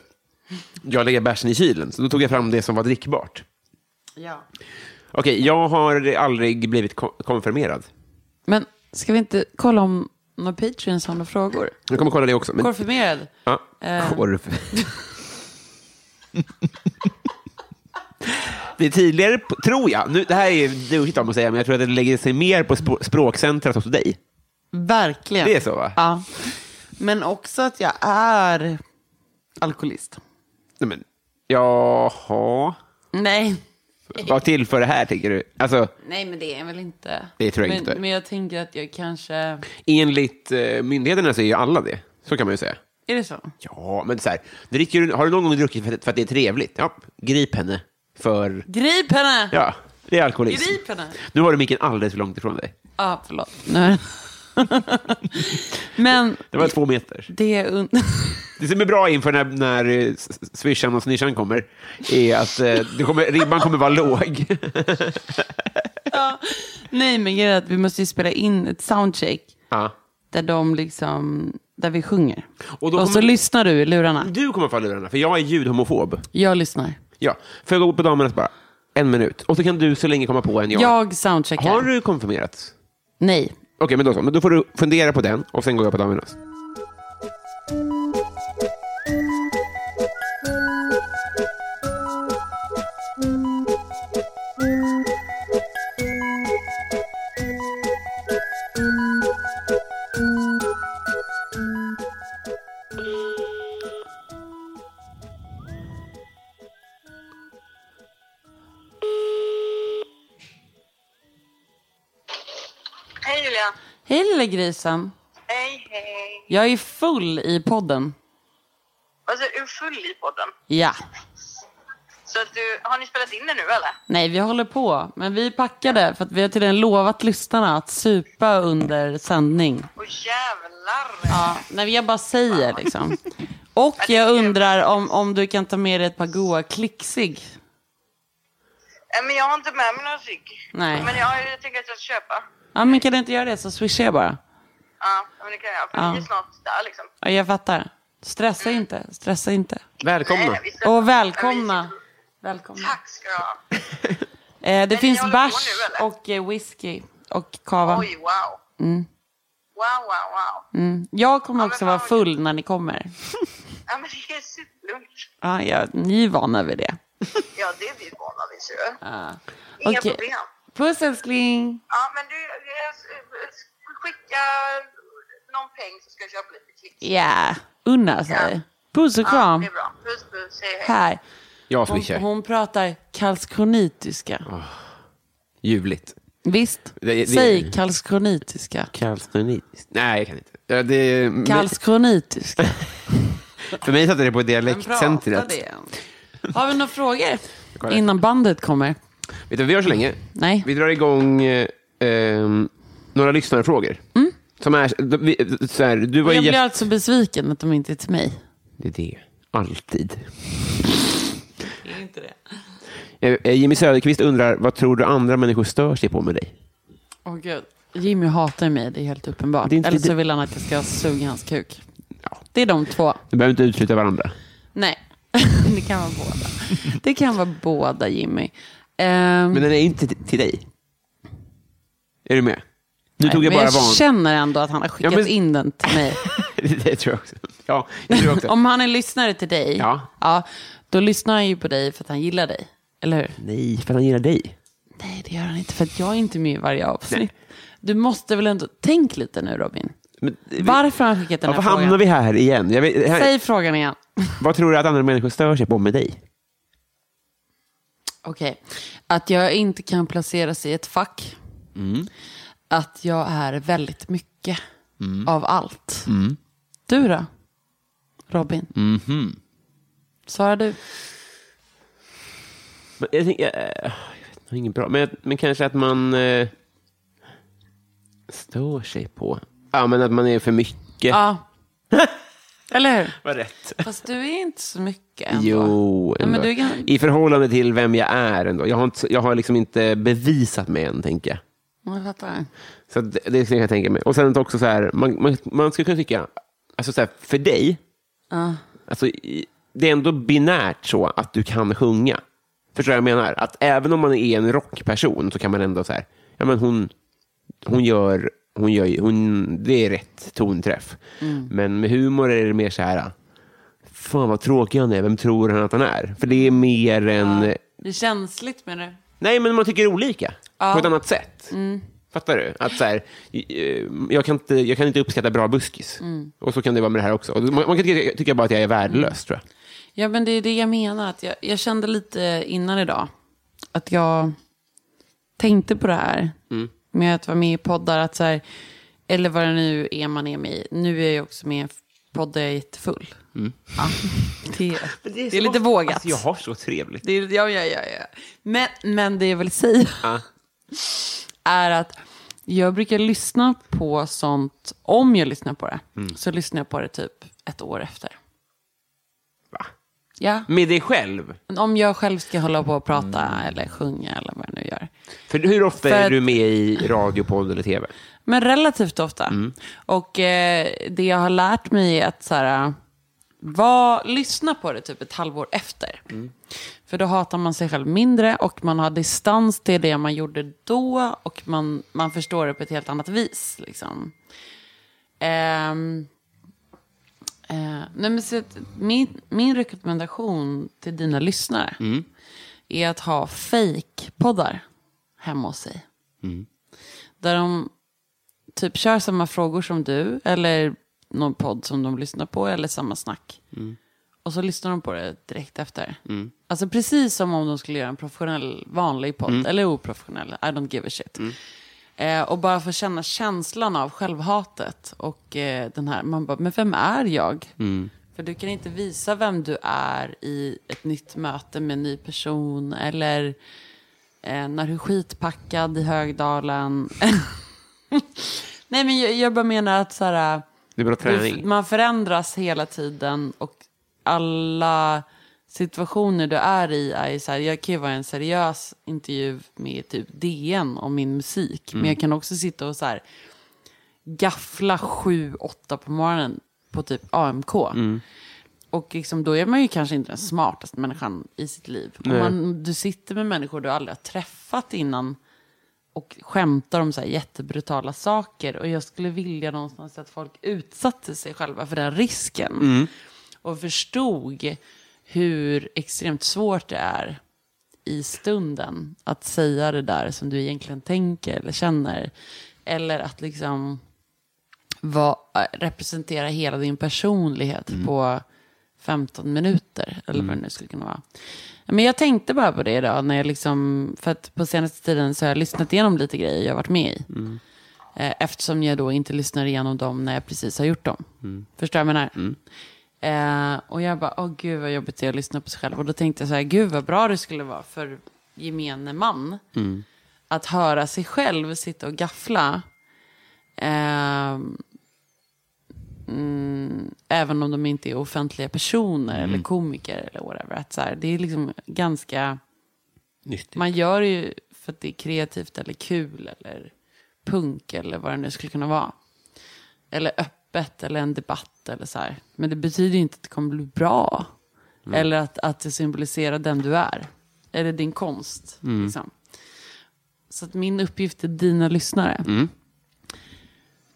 jag lägger bärsen i kylen, så då tog jag fram det som var drickbart.
Ja.
Okej, jag har aldrig blivit ko- konfirmerad.
Men ska vi inte kolla om några patreons har några frågor?
Jag kommer kolla det också. Men...
Konfirmerad?
Ja,
Eh.
korv. Det är tydligare, på- tror jag, nu, det här är ju douchigt av mig att säga, men jag tror att det lägger sig mer på spr- språkcentrat hos dig.
Verkligen.
Det är så, va?
Ja. Men också att jag är alkoholist.
Nej, men, jaha,
Nej.
vad tillför det här, tänker du? Alltså,
Nej, men det är väl inte.
Det tror jag
men,
inte.
Men jag tänker att jag kanske...
enligt eh, myndigheterna så är ju alla det. Så kan man ju säga.
Är det så?
Ja, men så här, dricker du, har du någon gång druckit för att, för att det är trevligt? Ja, grip henne för...
Grip henne!
Ja, det är alkoholism.
Grip henne!
Nu har du micken alldeles för långt ifrån dig.
ah, förlåt. Nu. men
Det var två meter.
det är... [LAUGHS] Un...
Det som är bra inför när, när eh, s- s- swishan och snishan kommer är att eh, det kommer, ribban kommer vara [LAUGHS] låg.
Nej, men grejen är att vi måste ju spela in ett soundcheck
Ja,
där de liksom där vi sjunger.
Och
Och,
då
så
kommer-
lyssnar du i lurarna.
Du kommer få lurarna, för jag är ljudhomofob.
Jag lyssnar.
Ja. Får jag gå på damernas bara? En minut. Och så kan du så länge komma på en jag.
Jag soundcheckar.
Har du konfirmerats?
Nej.
Okej, men då så. Men då får du fundera på den och sen går jag på damernas.
Hej Julia.
Hej lilla grisen.
Hej hej.
Jag är full i podden.
Alltså, du är full i podden.
Ja.
Så att du, har ni spelat in det nu eller?
Nej, vi håller på. Men vi är packade för att vi har till den lovat lyssnarna att supa under sändning.
Åh jävlar.
Ja, nej, jag bara säger liksom. Och jag undrar om, om du kan ta med dig ett par goa klicksig.
Äh, Men jag har inte med mig några cigg.
Nej.
Men jag, jag tänker att jag ska köpa.
Ja, men kan du inte göra det så swishar jag bara.
Ja, men det kan jag. För
Ja.
vi är snart där liksom.
Ja, jag fattar. Stressa inte, stressa inte.
Välkomna.
Nej, vi ska-
Och välkomna.
Ja, vi-
Välkomna.
Tack ska du ha.
Eh, det finns
håller på
bärs
nu, eller?
och eh, whisky och kava.
Oj, wow. Wow, wow, wow.
Jag kommer
men
också
fan
vara
vad
full när ni kommer.
Ja, men det är superlugnt.
Ja, jag, ni är vana vid det.
Ja, det är vi vana vid ser du. Inga
Okej.
problem.
Puss älskling.
Ja, men du, eh, s- skicka någon peng så ska jag köpa lite klick.
Ja, unna sig. Puss och
Ja,
kram.
det är bra. Puss, puss. Hej, hej.
Här.
Jag
Hon,
swishar.
hon pratar kalskronitiska.
Ljuvligt.
Visst?
Det- det-
Säg kalskronitiska.
Kalstroniskt. Nej, jag kan inte. Ja, det, [LAUGHS]
Kalskronitiska.
för mig satte det på dialektcentret.
Har vi några frågor? Innan bandet kommer.
Vet du vad vi gör så länge?
Nej.
Vi drar igång eh, ehm, några lyssnarfrågor. Som är, de- vi- så här, du var ju
Mm. Jag blir
gäst...
alltså besviken att de inte är till mig.
Det är det. Alltid.
Är inte det?
Eh, eh, Jimmy Söderqvist undrar, vad tror du andra människor stör sig på med dig?
Åh gud. Jimmy hatar mig, det är helt uppenbart.
Det är inte-
Eller så vill han att jag ska suga hans kuk.
Ja.
Det är de två.
Du behöver inte utesluta varandra.
[LAUGHS] Nej, det kan vara båda. Det kan vara båda Jimmy. Ehm,
Men den är inte t- till dig. Är du med? Du
nej,
tog jag
men
bara
jag
van.
känner ändå att han har skickat
Ja, men-
in den till [LAUGHS] mig.
[LAUGHS] det tror jag också. Ja, det tror jag också.
Om han är lyssnare till dig,
Ja.
då lyssnar han ju på dig för att han gillar dig. Eller hur?
Nej, för han gillar dig.
Nej, det gör han inte för att jag är inte med i varje avsnitt. Du måste väl ändå, tänk lite nu Robin.
Men, vi-
Varför har han skickat den här
Varför
frågan?
hamnar vi här igen? Jag vet, här,
Säg frågan igen.
Vad tror du att andra människor stör sig på med dig?
Okej. Att jag inte kan placeras i ett fack. Att jag är väldigt mycket av allt. Du då? Robin? mm Svarar du?
Men jag tänker, eh, jag vet inte, inget bra. Men, men kanske att man eh, stör sig på. Ja, men att man är för mycket.
Ja. [LAUGHS] Eller hur?
Vad rätt.
Fast du är inte så mycket ändå.
Jo,
Ja, men
ändå.
du kan...
i förhållande till vem jag är ändå. Jag har, inte, jag har liksom inte bevisat mig än, tänker jag.
Jag fattar.
Så att det, liksom det kan jag tänka mig. Och sen också så här, man, man, man ska kunna tycka, alltså så här, för dig, alltså, i- det är ändå binärt så att du kan sjunga. Förstår du vad jag menar? Att även om man är en rockperson så kan man ändå så här, ja men hon, hon gör, hon gör ju- hon, det är rätt tonträff. Men med humor är det mer så här, fan vad tråkig han är, vem tror han att han är? För det är mer en,
Det är känsligt med det.
Nej, men man tycker olika på ett annat sätt.
Mm.
Fattar du? Att så här, eh, jag, kan inte, jag kan inte uppskatta bra buskis.
Mm.
Och så kan det vara med det här också. Och Man, man kan tycka, tycka bara att jag är värdelös, tror jag.
Ja, men det är det jag menar. Att jag, jag kände lite innan idag att jag tänkte på det här
Mm.
med att vara med i poddar. Att så här, eller vad det nu är man är med i. Nu är jag också med i en podd där jag är jättefull. Ja, det, det, är lite vågat.
Mm. Alltså, jag har så trevligt.
Det är, ja, ja, ja, ja. Men, men det jag vill säga är att jag brukar lyssna på sånt, om jag lyssnar på det, så lyssnar jag på det typ ett år efter.
Va?
Ja.
Med dig själv?
Men Om jag själv ska hålla på och prata eller sjunga eller vad jag nu gör.
För hur ofta
För
är
att-
du med i radio, podd eller tv?
Men relativt ofta. Och eh, det jag har lärt mig är att så här, var, lyssna på det typ ett halvår efter. För då hatar man sig själv mindre och man har distans till det man gjorde då och man, man förstår det på ett helt annat vis. Liksom. Ehm, eh, nej men så att min, min rekommendation till dina lyssnare är att ha fake-poddar hemma hos sig. Där de typ kör samma frågor som du eller någon podd som de lyssnar på eller samma snack. Och så lyssnar de på det direkt efter. Alltså precis som om de skulle göra en professionell vanlig podd eller oprofessionell, I don't give a shit. Eh, och bara få känna känslan av självhatet och eh, den här, man bara, men vem är jag? För du kan inte visa vem du är i ett nytt möte med en ny person eller eh, när du är skitpackad i Högdalen. [LAUGHS] Nej men jag, jag bara menar att så här,
Det är bra
du-
träning.
man förändras hela tiden och alla situationer du är i är ju så här, jag kan ju vara i en seriös intervju med typ DN om min musik, men jag kan också sitta och så här gaffla sju, åtta på morgonen på typ AMK. Och liksom, då är man ju kanske inte den smartaste människan i sitt liv. Och man, du sitter med människor du aldrig har träffat innan och skämtar om så här jättebrutala saker. Och jag skulle vilja någonstans att folk utsatte sig själva för den risken. Och förstod hur extremt svårt det är i stunden att säga det där som du egentligen tänker eller känner. Eller att liksom va, eh, representera hela din personlighet på 15 minuter. Eller vad det nu skulle kunna vara. Men jag tänkte bara på det idag. När jag liksom, för att på senaste tiden så har jag lyssnat igenom lite grejer jag har varit med i. Eh, Eftersom jag då inte lyssnar igenom dem när jag precis har gjort dem. Förstår jag vad jag menar? Eh, och jag bara, åh gud vad jobbigt det är att lyssna på sig själv. Och då tänkte jag så här, gud vad bra det skulle vara för gemene man. Att höra sig själv sitta och gaffla. Ehm, mm, även om de inte är offentliga personer eller komiker eller whatever. Att så här, det är liksom ganska...
Nyttigt.
Man gör det ju för att det är kreativt eller kul eller punk eller vad det nu skulle kunna vara. Eller öppet eller en debatt eller så här. Men det betyder ju inte att det kommer bli bra. Eller att, att det symboliserar den du är. Eller din konst. Liksom. Så att min uppgift till dina lyssnare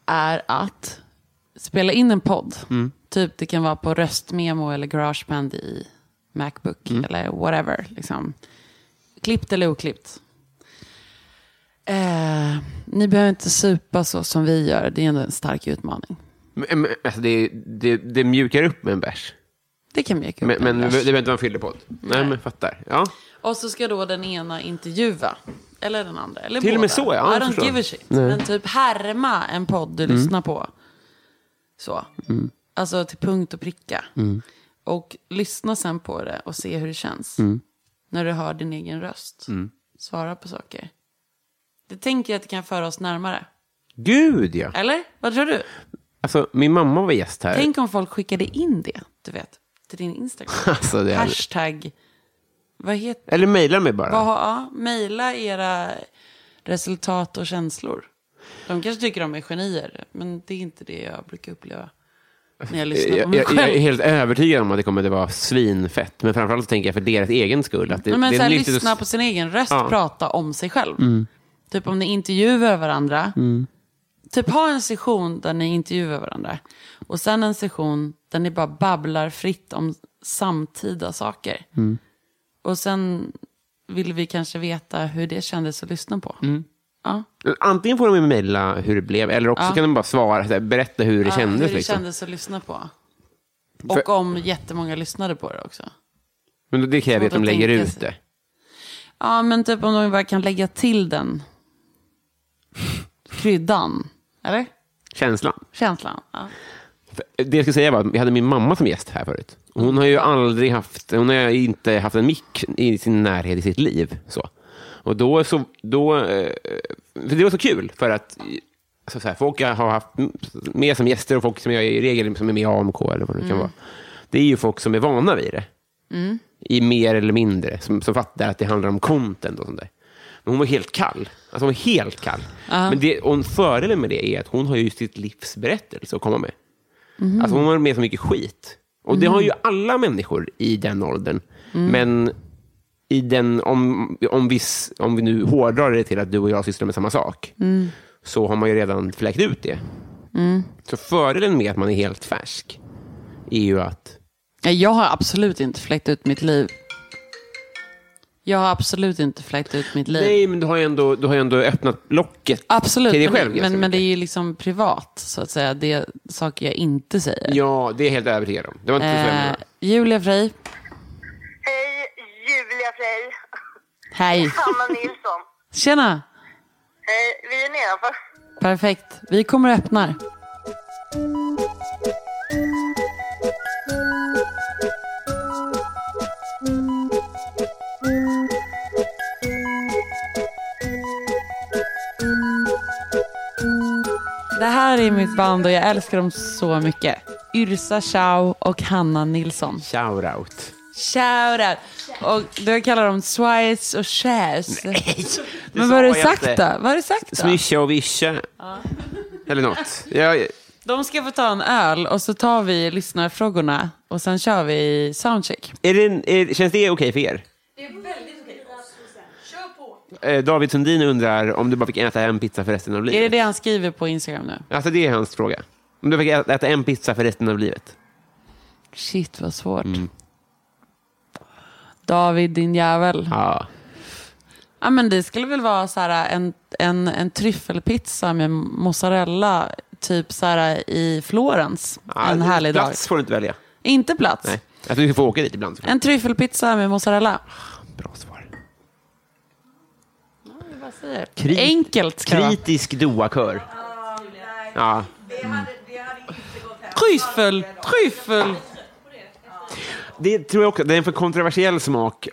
är att spela in en podd. Typ det kan vara på röstmemo eller garageband i Macbook eller whatever. Liksom. Klippt eller oklippt. Eh, ni behöver inte supa så som vi gör. Det är ändå en stark utmaning.
Men, men, alltså, det, det, det mjukar upp med en bärs.
Det kan vi göra.
Men, men det behöver inte vara en fyllepodd. Nej, men fattar. Ja.
Och så ska då den ena intervjua. Eller den andra. Eller
Till och
båda.
med så, ja,
I
jag
don't
förstår. Mm.
give a shit. Men typ härma en podd du lyssnar på. Så. Alltså till punkt och pricka.
Mm.
Och lyssna sen på det och se hur det känns.
Mm.
När du hör din egen röst. Svara på saker. Det tänker jag att det kan föra oss närmare.
Gud, ja.
Eller? Vad tror du?
Alltså, min mamma var gäst här.
Tänk om folk skickade in det, du vet, till din Instagram.
Alltså, [LAUGHS] det hade...
Hashtag, vad heter
Eller mejla mig bara.
vad har- ja, Mejla era resultat och känslor. De kanske tycker de är genier, men det är inte det jag brukar uppleva när jag lyssnar på
Jag,
mig
jag,
själv.
jag är helt övertygad om att det kommer att vara svinfett. Men framförallt så tänker jag för deras egen skull. Att det,
Ja, men
det
så här,
nyttigt
lyssna
att-
på sin egen röst,
Ja. Mm.
prata om sig själv. Typ om ni intervjuar varandra. Typ ha en session där ni intervjuar varandra. Och sen en session där ni bara babblar fritt om samtida saker.
Mm.
Och sen vill vi kanske veta hur det kändes att lyssna på.
Mm.
Ja,
Antingen får de ju mejla hur det blev, eller också kan de bara svara, så här, berätta hur det
Ja,
kändes.
hur det
liksom.
kändes att lyssna på. Och
För-
om jättemånga lyssnade på det också.
Men det kräver ju att
Svårt
de
att
lägger
tänka
ut
sig.
det.
Ja, men typ om de bara kan lägga
[LAUGHS]
till den kryddan. Eller?
Känslan.
Känslan. Ja.
Det jag skulle säga var att vi hade min mamma som gäst här förut. Hon har ju aldrig haft, hon har ju inte haft en mick i sin närhet i sitt liv. Så. Och då så, då, eh, för det var så kul för att alltså så här, folk jag har haft med som gäster och folk som jag i regel som är med i AMK eller vad det nu kan vara. Det är ju folk som är vana vid det. I mer eller mindre, som, som fattar att det handlar om content och sånt där. Men hon var helt kall. Alltså hon var helt kall. Men det, och en fördel med det är att hon har ju sitt livs berättelse att komma med. Alltså
Mm.
hon var med så mycket skit. Och det har ju alla människor i den åldern.
Mm.
Men i den, om, om, vi, s- om vi nu hårdrar det till att du och jag sysslar med samma sak,
Mm.
så har man ju redan fläkt ut det. Så fördelen med att man är helt färsk är ju att...
Nej, Jag har absolut inte fläckt ut mitt liv. Jag har absolut inte fläckt ut mitt liv.
Nej, men du har ju ändå, du har ju ändå öppnat locket
absolut,
till dig
men,
själv. ganska
men, men det är
mycket.
ju liksom privat, så att säga. Det är saker jag inte säger.
Ja, det är jag helt övertygad om. Det var inte så jag
Eh,
menade.
Julia Frey.
Hej, Julia Frey.
Hej.
Hanna Nilsson.
Tjena.
Hej, vi är nedanför.
Perfekt. Vi kommer och öppnar. Det här är mitt band och jag älskar dem så mycket. Yrsa Chow och Hanna Nilsson. [LAUGHS]
Shoutout.
Shoutout! Och du kallar dem Swice och Shares. Men
sa
vad har du
jag
sagt
inte.
då? Vad har du sagt då?
Smysha och vischa. Eller något. Jag,
De ska få ta en öl och så tar vi lyssnarfrågorna och sen kör vi soundcheck.
är det, en- är, känns det okej för er?
Mm.
Det är väldigt okej. Kör på. Eh, David Sundin undrar om du bara fick äta en pizza för resten av livet.
Är det det han skriver på Instagram nu?
Alltså det är hans fråga. Om du fick ä- äta en pizza för resten av livet.
Mm. Shit vad svårt.
Mm.
David din jävel. Ja.
Ja.
men det skulle väl vara så här en, en, en tryffelpizza med mozzarella typ så här i Florens en härlig dag.
Plats får du inte välja.
Inte plats.
Nej. Alltså, du får åka dit ibland. såklart.
En tryffelpizza med mozzarella.
Bra svar.
Vad säger du?
Krit-
Enkelt ska det vara.
Kritisk doakör. Ja.
Tryffel, tryffel.
Det tror jag också. Det är en för kontroversiell smak.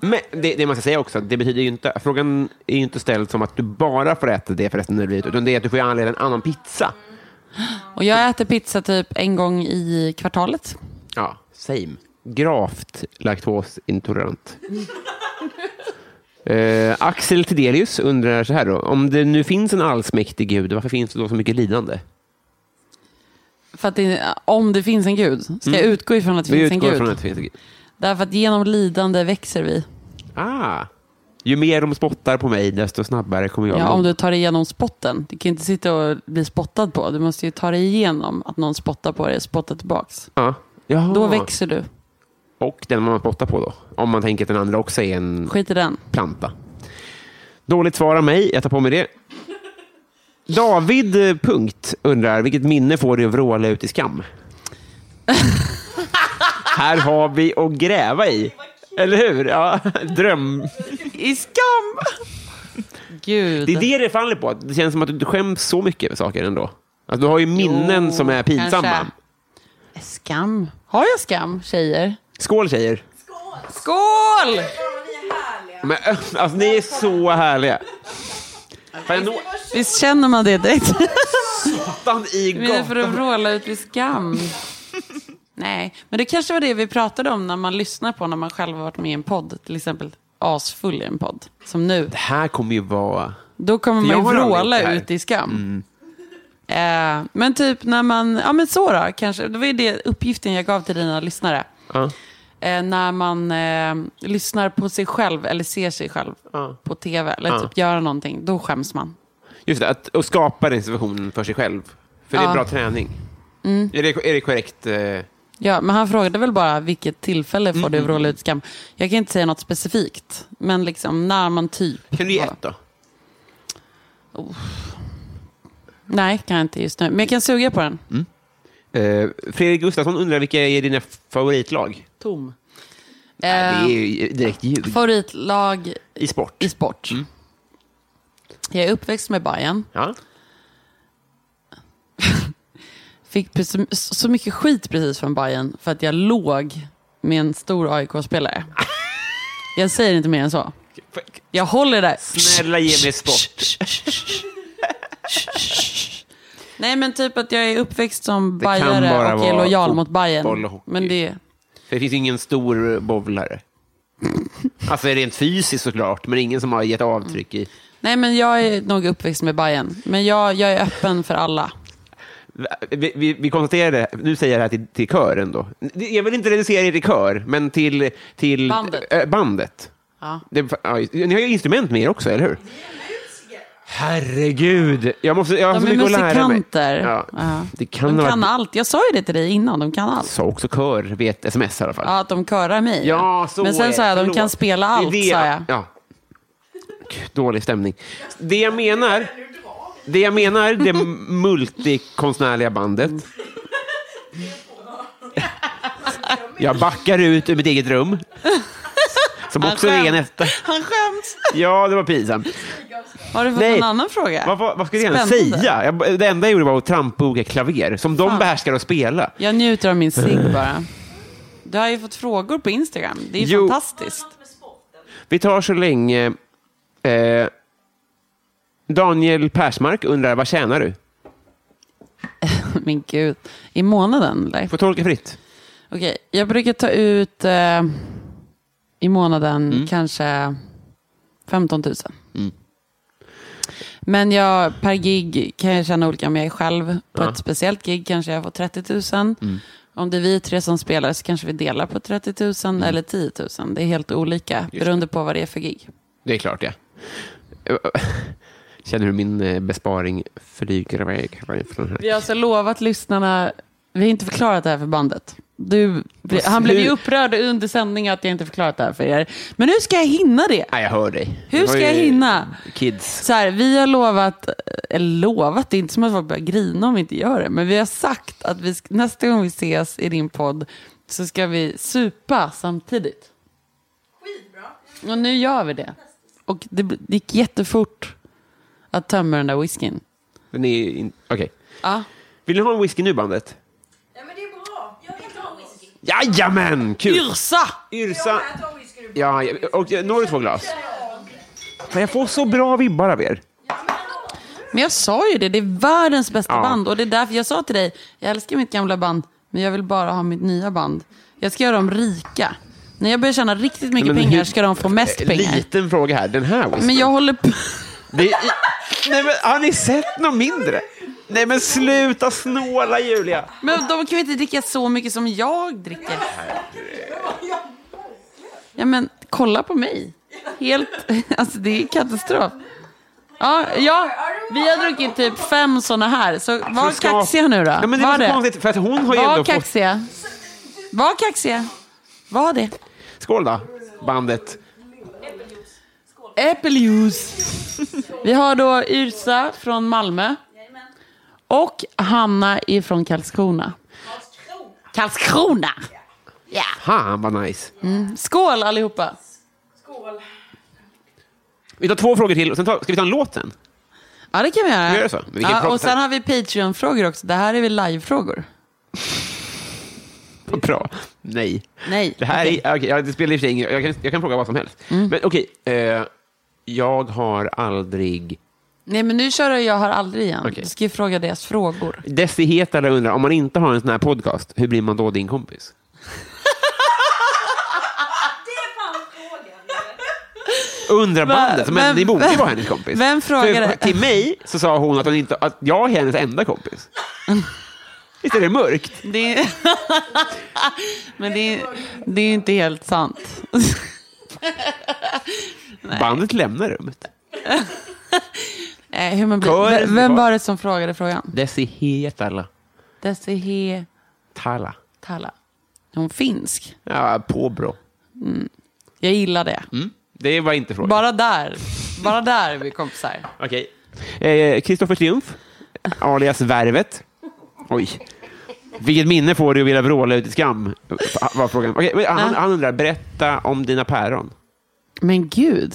Men det, det måste jag säga också, det betyder ju inte, frågan är ju inte ställd som att du bara får äta det för resten av livet, utan det är att du får ju anleda en annan pizza.
Och jag äter pizza typ en gång i kvartalet.
Ja, same. Gravt laktosintolerant. Eh, Axel Tidelius undrar så här då, om det nu finns en allsmäktig gud, varför finns det då så mycket lidande?
För att det, om det finns en gud, ska jag utgå ifrån att det
Mm. Vi
finns en
utgår
gud?
från att det finns en gud.
Därför att genom lidande växer vi.
Ah, ju mer de spottar på mig, desto snabbare kommer jag.
Ja, om du tar dig igenom spotten. Du kan ju inte sitta och bli spottad på. Du måste ju ta dig igenom att någon spottar på dig och spottar tillbaks.
Ja. Jaha.
Då växer du.
Och den man spottar på då. Om man tänker att den andra också är en
Skit i den.
planta. Dåligt svar av mig, jag tar på mig det. David eh, punkt undrar, vilket minne får du att vråla ut i
[LAUGHS]
skam? Här har vi att gräva i. Eller hur? Ja, dröm.
I skam! Gud.
Det är det det faller på. Det känns som att du skäms så mycket över saker ändå. Alltså, du har ju minnen som är pinsamma.
Oh, kanske. Skam. Har jag skam, tjejer?
Skål tjejer!
Skål!
Men, ö, alltså, ni är så härliga. Fan, jag når-
Visst känner man det direkt? [LAUGHS]
Fan, i
Men det är för
gatan.
att vråla ut i skam. Nej, men det kanske var det vi pratade om när man lyssnar på när man själv har varit med i en podd. Till exempel asfull i en podd, som nu.
här kommer ju vara...
Då kommer man
jag
ju
har aldrig gjort det
vråla
här. Mm.
ut i skam. Eh, men typ när man, ja men så då, kanske. Det var ju det uppgiften jag gav till dina lyssnare. Eh, när man eh, lyssnar på sig själv eller ser sig själv på tv eller typ gör någonting, då skäms man.
Just det, att, att skapa den situationen för sig själv. För det är
Ja. Mm.
bra träning. Är, det, är det korrekt? eh?
Ja, men han frågade väl bara vilket tillfälle får du vråla ut skam? Jag kan inte säga något specifikt, men liksom när man typ...
Kan du ge ett då?
Nej, kan jag inte just nu. Men jag kan suga på den.
Mm. Eh, Fredrik Gustafsson undrar vilka är dina favoritlag?
Tom.
Nej,
Eh,
det är Mm. ju direkt ljud.
Favoritlag
I sport?
i sport. Jag är uppväxt med Bayern.
Ja.
Fick precis- så mycket skit precis från Bayern för att jag låg med en stor
[LAUGHS]
AIK-spelare. Jag säger inte mer än så. Jag håller där.
Snälla ge mig sport.
Nej men typ att jag är uppväxt som
kan bara
bajare och är
vara
lojal
fotboll
mot
och
Bayern.
hockey.
Men det, [LAUGHS]
För det finns ju ingen stor bowlare. Alltså rent fysiskt såklart, men ingen som har gett avtryck i...
Nej, men jag är nog uppväxt med Bayern. Men jag, jag är öppen för alla.
Vi, vi, vi konstaterade, nu säger jag det här till, till kören då. Jag vill inte reducera er till kör, men till... till
Bandet.
eh, bandet.
Ja.
Det, ja, ni har ju instrument med er också, eller hur? Herregud, jag, måste, jag har
De
så
är
mycket att lära mig.
musikanter.
Ja.
Ja.
Det kan
De
ha
kan
varit...
allt. Jag sa ju det till dig innan, de kan allt.
sa också kör via ett sms i alla fall.
Ja, att de körar mig.
Ja, så
men
är
sen
det.
sa jag, de
Förlåt.
kan spela
Det är
allt,
det
sa jag.
Ja. Gud, Dålig stämning. Det jag menar, det jag menar, det multikonstnärliga bandet. Jag backar ut ur mitt eget rum. Som också är en etta.
Han skäms.
Ja, det var pinsamt.
Har du fått
Nej.
någon annan fråga?
Vad, vad, vad skulle jag
Spännande.
egentligen säga? Jag, det enda jag gjorde var att trampa olika klaver, som de behärskar att spela.
Jag njuter av
[LAUGHS]
min cigg bara. Du har ju fått frågor på Instagram. Det är ju
Jo.
fantastiskt. [LAUGHS]
Vi tar så länge... Eh, Daniel Persmark undrar, vad tjänar du?
Men gud. I månaden eller?
Får tolka fritt.
Okej, jag brukar ta ut eh, i månaden kanske 15 000. Men jag, per gig kan jag känna olika om jag är själv. På ett speciellt gig kanske jag får 30 000. Om det är vi tre som spelar så kanske vi delar på 30 000 eller 10 000. Det är helt olika beroende på vad det är för gig.
Det är klart, ja. Eh, [LAUGHS] Känner hur min eh, besparing flyger iväg från här?
Vi har alltså lovat lyssnarna, vi har inte förklarat det här för bandet. Du, han blev ju upprörd under sändningen att jag inte förklarat det här för er. Men hur ska jag hinna det?
Nej, jag hör dig.
Hur
Det
ska
var
jag
ju
hinna?
Kids.
Så här, vi har lovat, eh, eller lovat, det är inte som att folk börjar grina om vi inte gör det, men vi har sagt att vi, sk- nästa gång vi ses i din podd så ska vi supa samtidigt. Skitbra. Och nu gör vi det. Och det, bl- det gick jättefort att tömma den där whiskyn.
Den är ju in... Okej.
Ja.
Vill ni ha en whisky nu, bandet?
Ja, men det är bra. Jag vill ta whisky.
Jajamän! Kul!
Yrsa!
Yrsa!
Jag tar whisky nu.
Ja, ja, och eh, några två glas. Men jag får så bra vibbar av er.
Men jag sa ju det, det är världens bästa
Ja.
band. Och det är därför jag sa till dig, jag älskar mitt gamla band, men jag vill bara ha mitt nya band. Jag ska göra dem rika. När jag börjar tjäna riktigt mycket
Men
pengar
hur-
ska de få mest
Eh,
pengar.
Liten fråga här. Den här whiskyn.
Men jag håller på...
Det är... Nej, men, har ni sett något mindre? Nej, men sluta snåla, Julia!
Men de kan ju inte dricka så mycket som jag dricker. Ja men kolla på mig. Helt, [LAUGHS] alltså det är katastrof. Ja, ja, vi har druckit typ fem sådana här, så var
Ska-
kaxiga nu då.
Ja, men det
var
var så konstigt, för att hon har ju
Var
ändå fått...
kaxiga. Var kaxiga. Var det.
Skål då, bandet.
Äppeljuice. Vi har då Yrsa från Malmö. Och Hanna ifrån Karlskrona. Karlskrona.
Fan vad nice.
Skål allihopa.
Vi tar två frågor till och sen tar, ska vi ta en låt sen?
Ja, det kan vi göra.
Vi gör så. Men vi kan
ja,
prata
och
sen.
sen har vi Patreon-frågor också. Det här är väl live-frågor?
Vad bra. Nej.
Nej.
Det här är, okej, ja, det spelar i och för sig ingen jag, kan- jag kan fråga vad som helst. Men okej, eh, jag har aldrig...
Nej, men nu kör jag Jag har aldrig igen.
Okej.
Du ska ju fråga deras frågor.
Desi Hetala undrar, om man inte har en sån här podcast, hur blir man då din kompis? Undrar bandet, men,
vem-
det borde ju
vem-
vara hennes kompis.
vem frågade?
För Till mig så sa hon att, hon inte, att jag är hennes enda kompis. Visst är det mörkt? [LAUGHS]
Det är... [LAUGHS] men det är, det är inte helt
[LAUGHS]
sant.
Bandet lämnar rummet.
Eh, Hur man blir...
Kör.
Vem- Vem var det som frågade frågan?
Desi Hetala.
Desihe
Tala.
Tala. Hon finsk.
Ja, påbrå.
Jag gillar det.
Mm. Det var inte frågan.
Bara där. Bara där är vi kompisar.
Okej. Eh, Kristoffer Triumf, alias Värvet. Oj. Vilket minne får du att vilja vråla ut i skam? Var frågan. Okej, men han, han undrar, berätta om dina päron.
Men gud.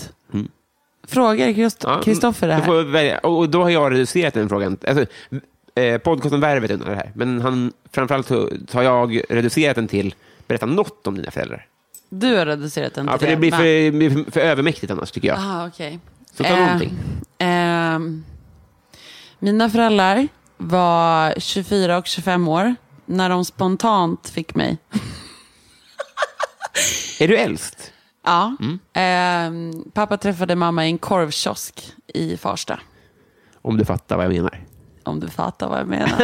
Frågar Kristoffer
Mm. Ja, mm.
Christoffer det
du
här?
får välja. Och, och då har jag reducerat den frågan. Alltså, eh, podcasten Värvet undrar det här, men han, framförallt så, så har jag reducerat den till berätta något om dina föräldrar.
Du har reducerat den
Ja,
till
för det blir
men-
för, blir för, för övermäktigt annars, tycker jag.
Ah, okej.
Så ta någonting.
ehm, mina föräldrar var 24 och 25 år när de spontant fick mig.
Är du äldst?
Ja.
Mm.
Ehm, pappa träffade mamma i en korvkiosk i Farsta.
Om du fattar vad jag menar.
Om du fattar vad
[LAUGHS]
jag menar.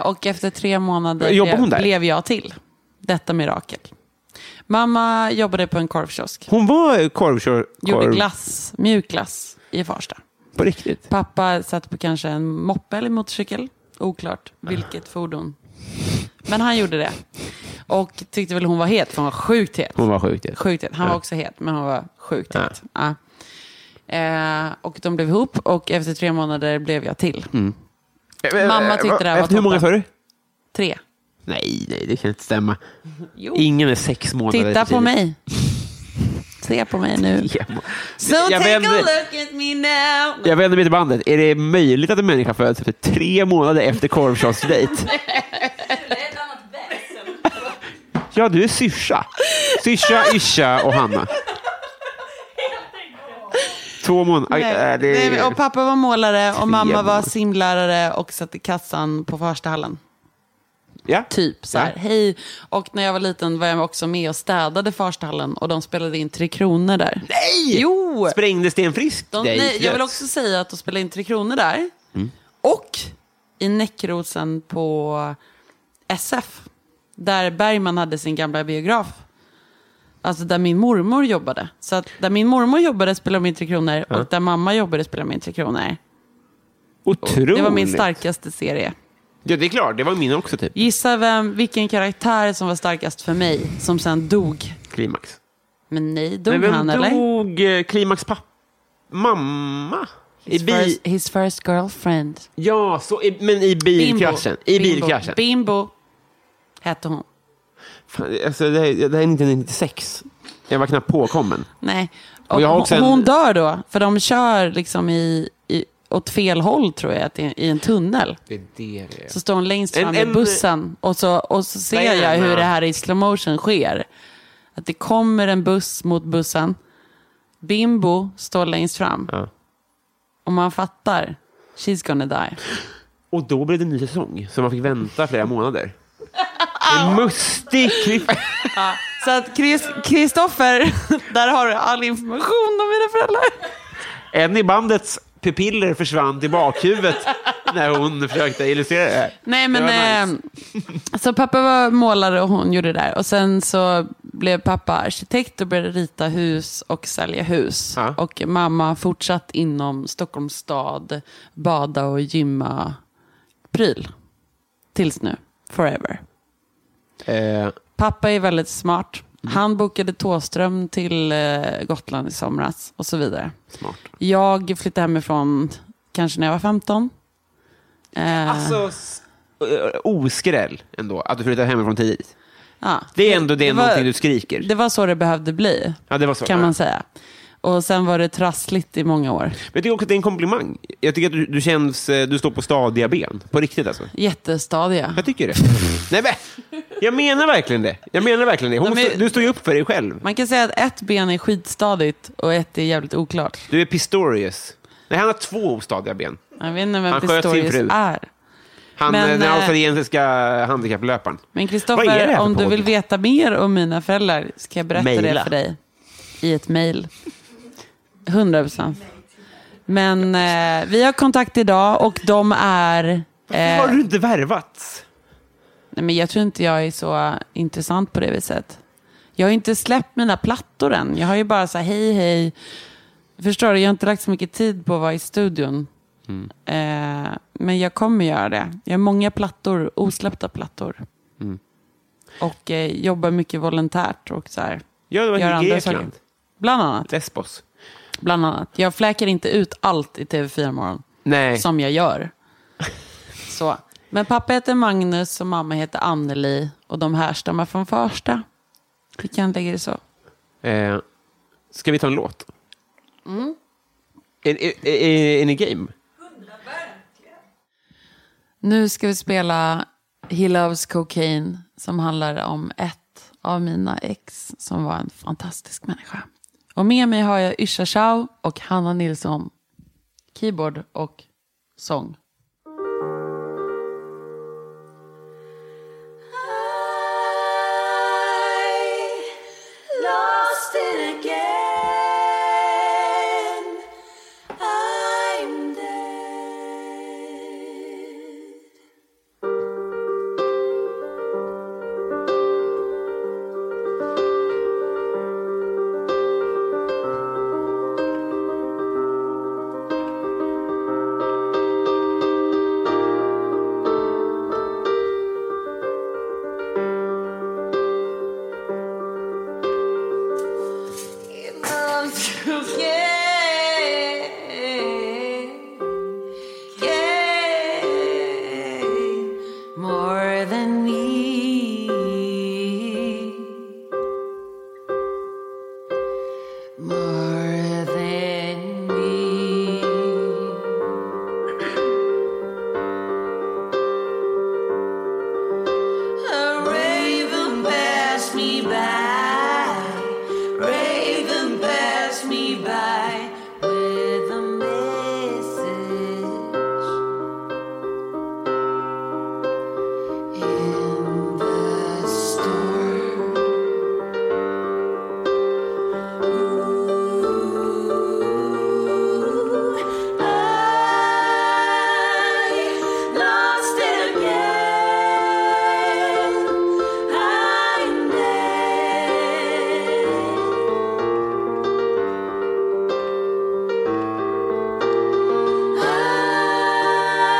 eh, och efter tre månader
Jobbar hon där?
blev, blev jag till detta mirakel. Mamma jobbade på en korvkiosk.
Hon var korvkör...
Gjorde
korv-
glass, mjuk glass i Farsta.
På riktigt?
Pappa satt på kanske en moppe eller motorcykel. Oklart vilket fordon. Men han gjorde det. Och tyckte väl hon var het, för hon var sjukt het.
Hon var sjukt het.
Sjukt het. Han var också het, men hon var sjukt het. Ja. Eh, och de blev ihop och efter tre månader blev jag till.
Mm.
Mamma tyckte det här var
Eh, Efter hur många sa
toppen.
du?
Tre.
Nej, nej, det kan inte stämma.
Jo.
Ingen är sex månader
Titta
för tidigt.
på mig. Se på mig nu.
[LAUGHS] Ja.
So
jag,
take a
vänder,
look at me now.
jag vänder mig till bandet. Är det möjligt att en människa föds efter tre månader efter
[LAUGHS]
korvkiosksdejt?
Det är ett annat väsen.
Ja, du är syrsa. Syrsa, Yrsa och Hanna. Två månader. Aj, äh, det...
Nej, och pappa var målare och mamma var
månader.
simlärare och satt i kassan på Farstahallen.
ja.
Typ så här,
Ja.
hej. Och när jag var liten var jag också med och städade Farstahallen och de spelade in Tre Kronor där.
Nej!
Jo!
Sprängde Sten Frisk
De,
dig?
nej, jag vill också säga att de spelade in Tre Kronor där.
Mm.
Och i Näckrosen på SF. Där Bergman hade sin gamla biograf. Alltså där min mormor jobbade. Så att där min mormor jobbade spelade de in Tre Kronor och där mamma jobbade spelade de in Tre Kronor.
Otroligt.
Det var min starkaste serie.
Ja, det är klart. Det var min också, typ.
Gissa vem, vilken karaktär som var starkast för mig som sen dog.
Klimax.
Men nej, dog
Men vem
han eller?
dog eh, Klimax pappa? Mamma? I
His
bi...
first, his first girlfriend.
Ja, så i, men i bilkraschen. I bilkraschen.
Bimbo hette hon.
Fan, Alltså, det, här, det här är 1996. Jag var knappt påkommen.
Nej.
Och
Och
jag har också
hon,
en-
hon dör då, för de kör liksom i, i, åt fel håll tror jag, att i, i en tunnel.
Det är det det är.
Så står hon längst fram
En- en-
i bussen och så, och så ser
Diana.
jag hur det här i slow motion sker. Att det kommer en buss mot bussen. Bimbo står längst fram.
Ja.
Och man fattar. She's gonna die.
Och då blev det en ny säsong, så man fick vänta flera månader. En mustig klipp.
Så att Chris- Kristoffer, [LAUGHS] där har du all information om mina föräldrar.
En i bandets pupiller försvann till bakhuvudet när hon försökte illustrera det här.
Nej,
Det
men...
var
Eh, Så pappa var målare och hon gjorde det där. Och sen så blev pappa arkitekt och började rita hus och sälja hus.
Ja.
Och mamma fortsatt inom Stockholms stad, bada och gymma pryl. Tills nu, forever.
Eh,
Pappa är väldigt smart.
Mm.
Han bokade Tåström till eh, Gotland i somras och så vidare.
smart.
Jag flyttade hemifrån kanske när jag var 15. Eh,
Alltså, s- eh, oskräll ändå, att du flyttade hemifrån tidigt.
ja.
Det är ändå det,
Det var-
någonting du skriker.
Det var så det behövde bli.
Ja, det var så,
Kan
ja.
man säga. Och sen var det trassligt i många år.
Men jag tycker också att det är en komplimang. Jag tycker att du, du känns, eh, du står på stadiga ben. På riktigt alltså.
Jättestadiga.
Jag tycker det. Nej, men, jag menar verkligen det. Jag menar verkligen det. Hon
De är-
stå- du står ju upp för dig själv.
Man kan säga att ett ben är skitstadigt och ett är jävligt oklart.
Du är Pistorius. Nej, han har två ostadiga ben.
Jag vet inte
Han
vem
sköt sin fru.
Pistorius är.
Han,
Men,
eh, den
eh,
australiensiska handikapplöparen. Vad
Men
är det här
Kristoffer,
för
om du
podd?
vill veta mer om mina föräldrar ska jag berätta
Maila.
det för dig i ett mejl. 100 procent. Men eh, vi har kontakt idag och de är...
Varför
eh,
har du inte värvat?
Nej, men jag tror inte jag är så intressant på det viset. Jag har ju inte släppt mina plattor än. Jag har ju bara så här, hej, hej. Förstår du? Jag har inte lagt så mycket tid på att vara i studion.
Mm.
Eh, men jag kommer göra det. Jag har många plattor, osläppta plattor.
Mm.
Och eh, jobbar mycket volontärt och så här.
Ja, det var
gör
i
andra
Grekland.
saker. Bland annat,
Lesbos.
bland annat. Jag fläker inte ut allt i TV4 Morgon
Nej.
som jag gör. Så. Men pappa heter Magnus och mamma heter Anneli och de härstammar från Farsta. Vi kan lägga det så.
Eh, ska vi ta en låt? Mm. Är, är, är, är ni game?
Nu ska vi spela He Loves Cocaine som handlar om ett av mina ex som var en fantastisk människa. Och med mig har jag Yrsa Chau och Hanna Nilsson. Keyboard och sång.
I lost
more than me, more than me. A raven passed me by, raven passed me by with a message in the storm. I lost it again. I'm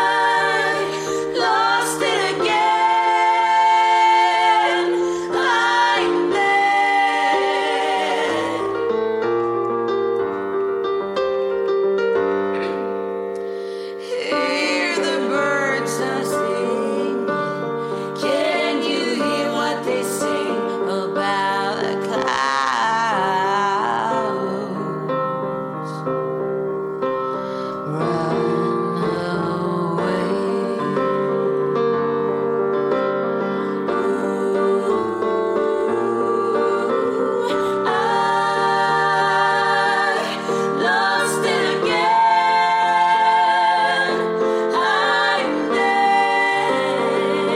I lost it again. I'm dead. Hear the birds are singing. Can you hear what they sing about the clouds? Run away. I lost it again. I'm dead.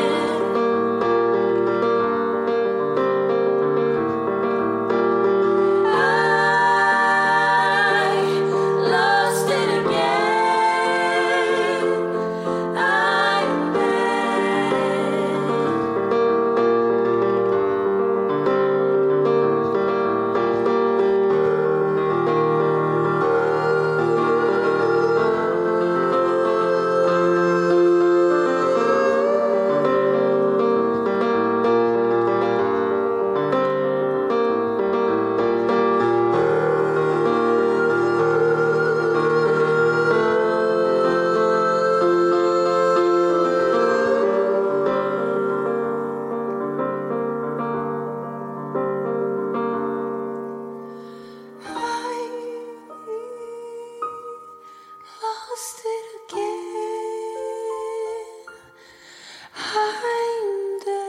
I lost it again. I'm dead. lost it again. I'm dead.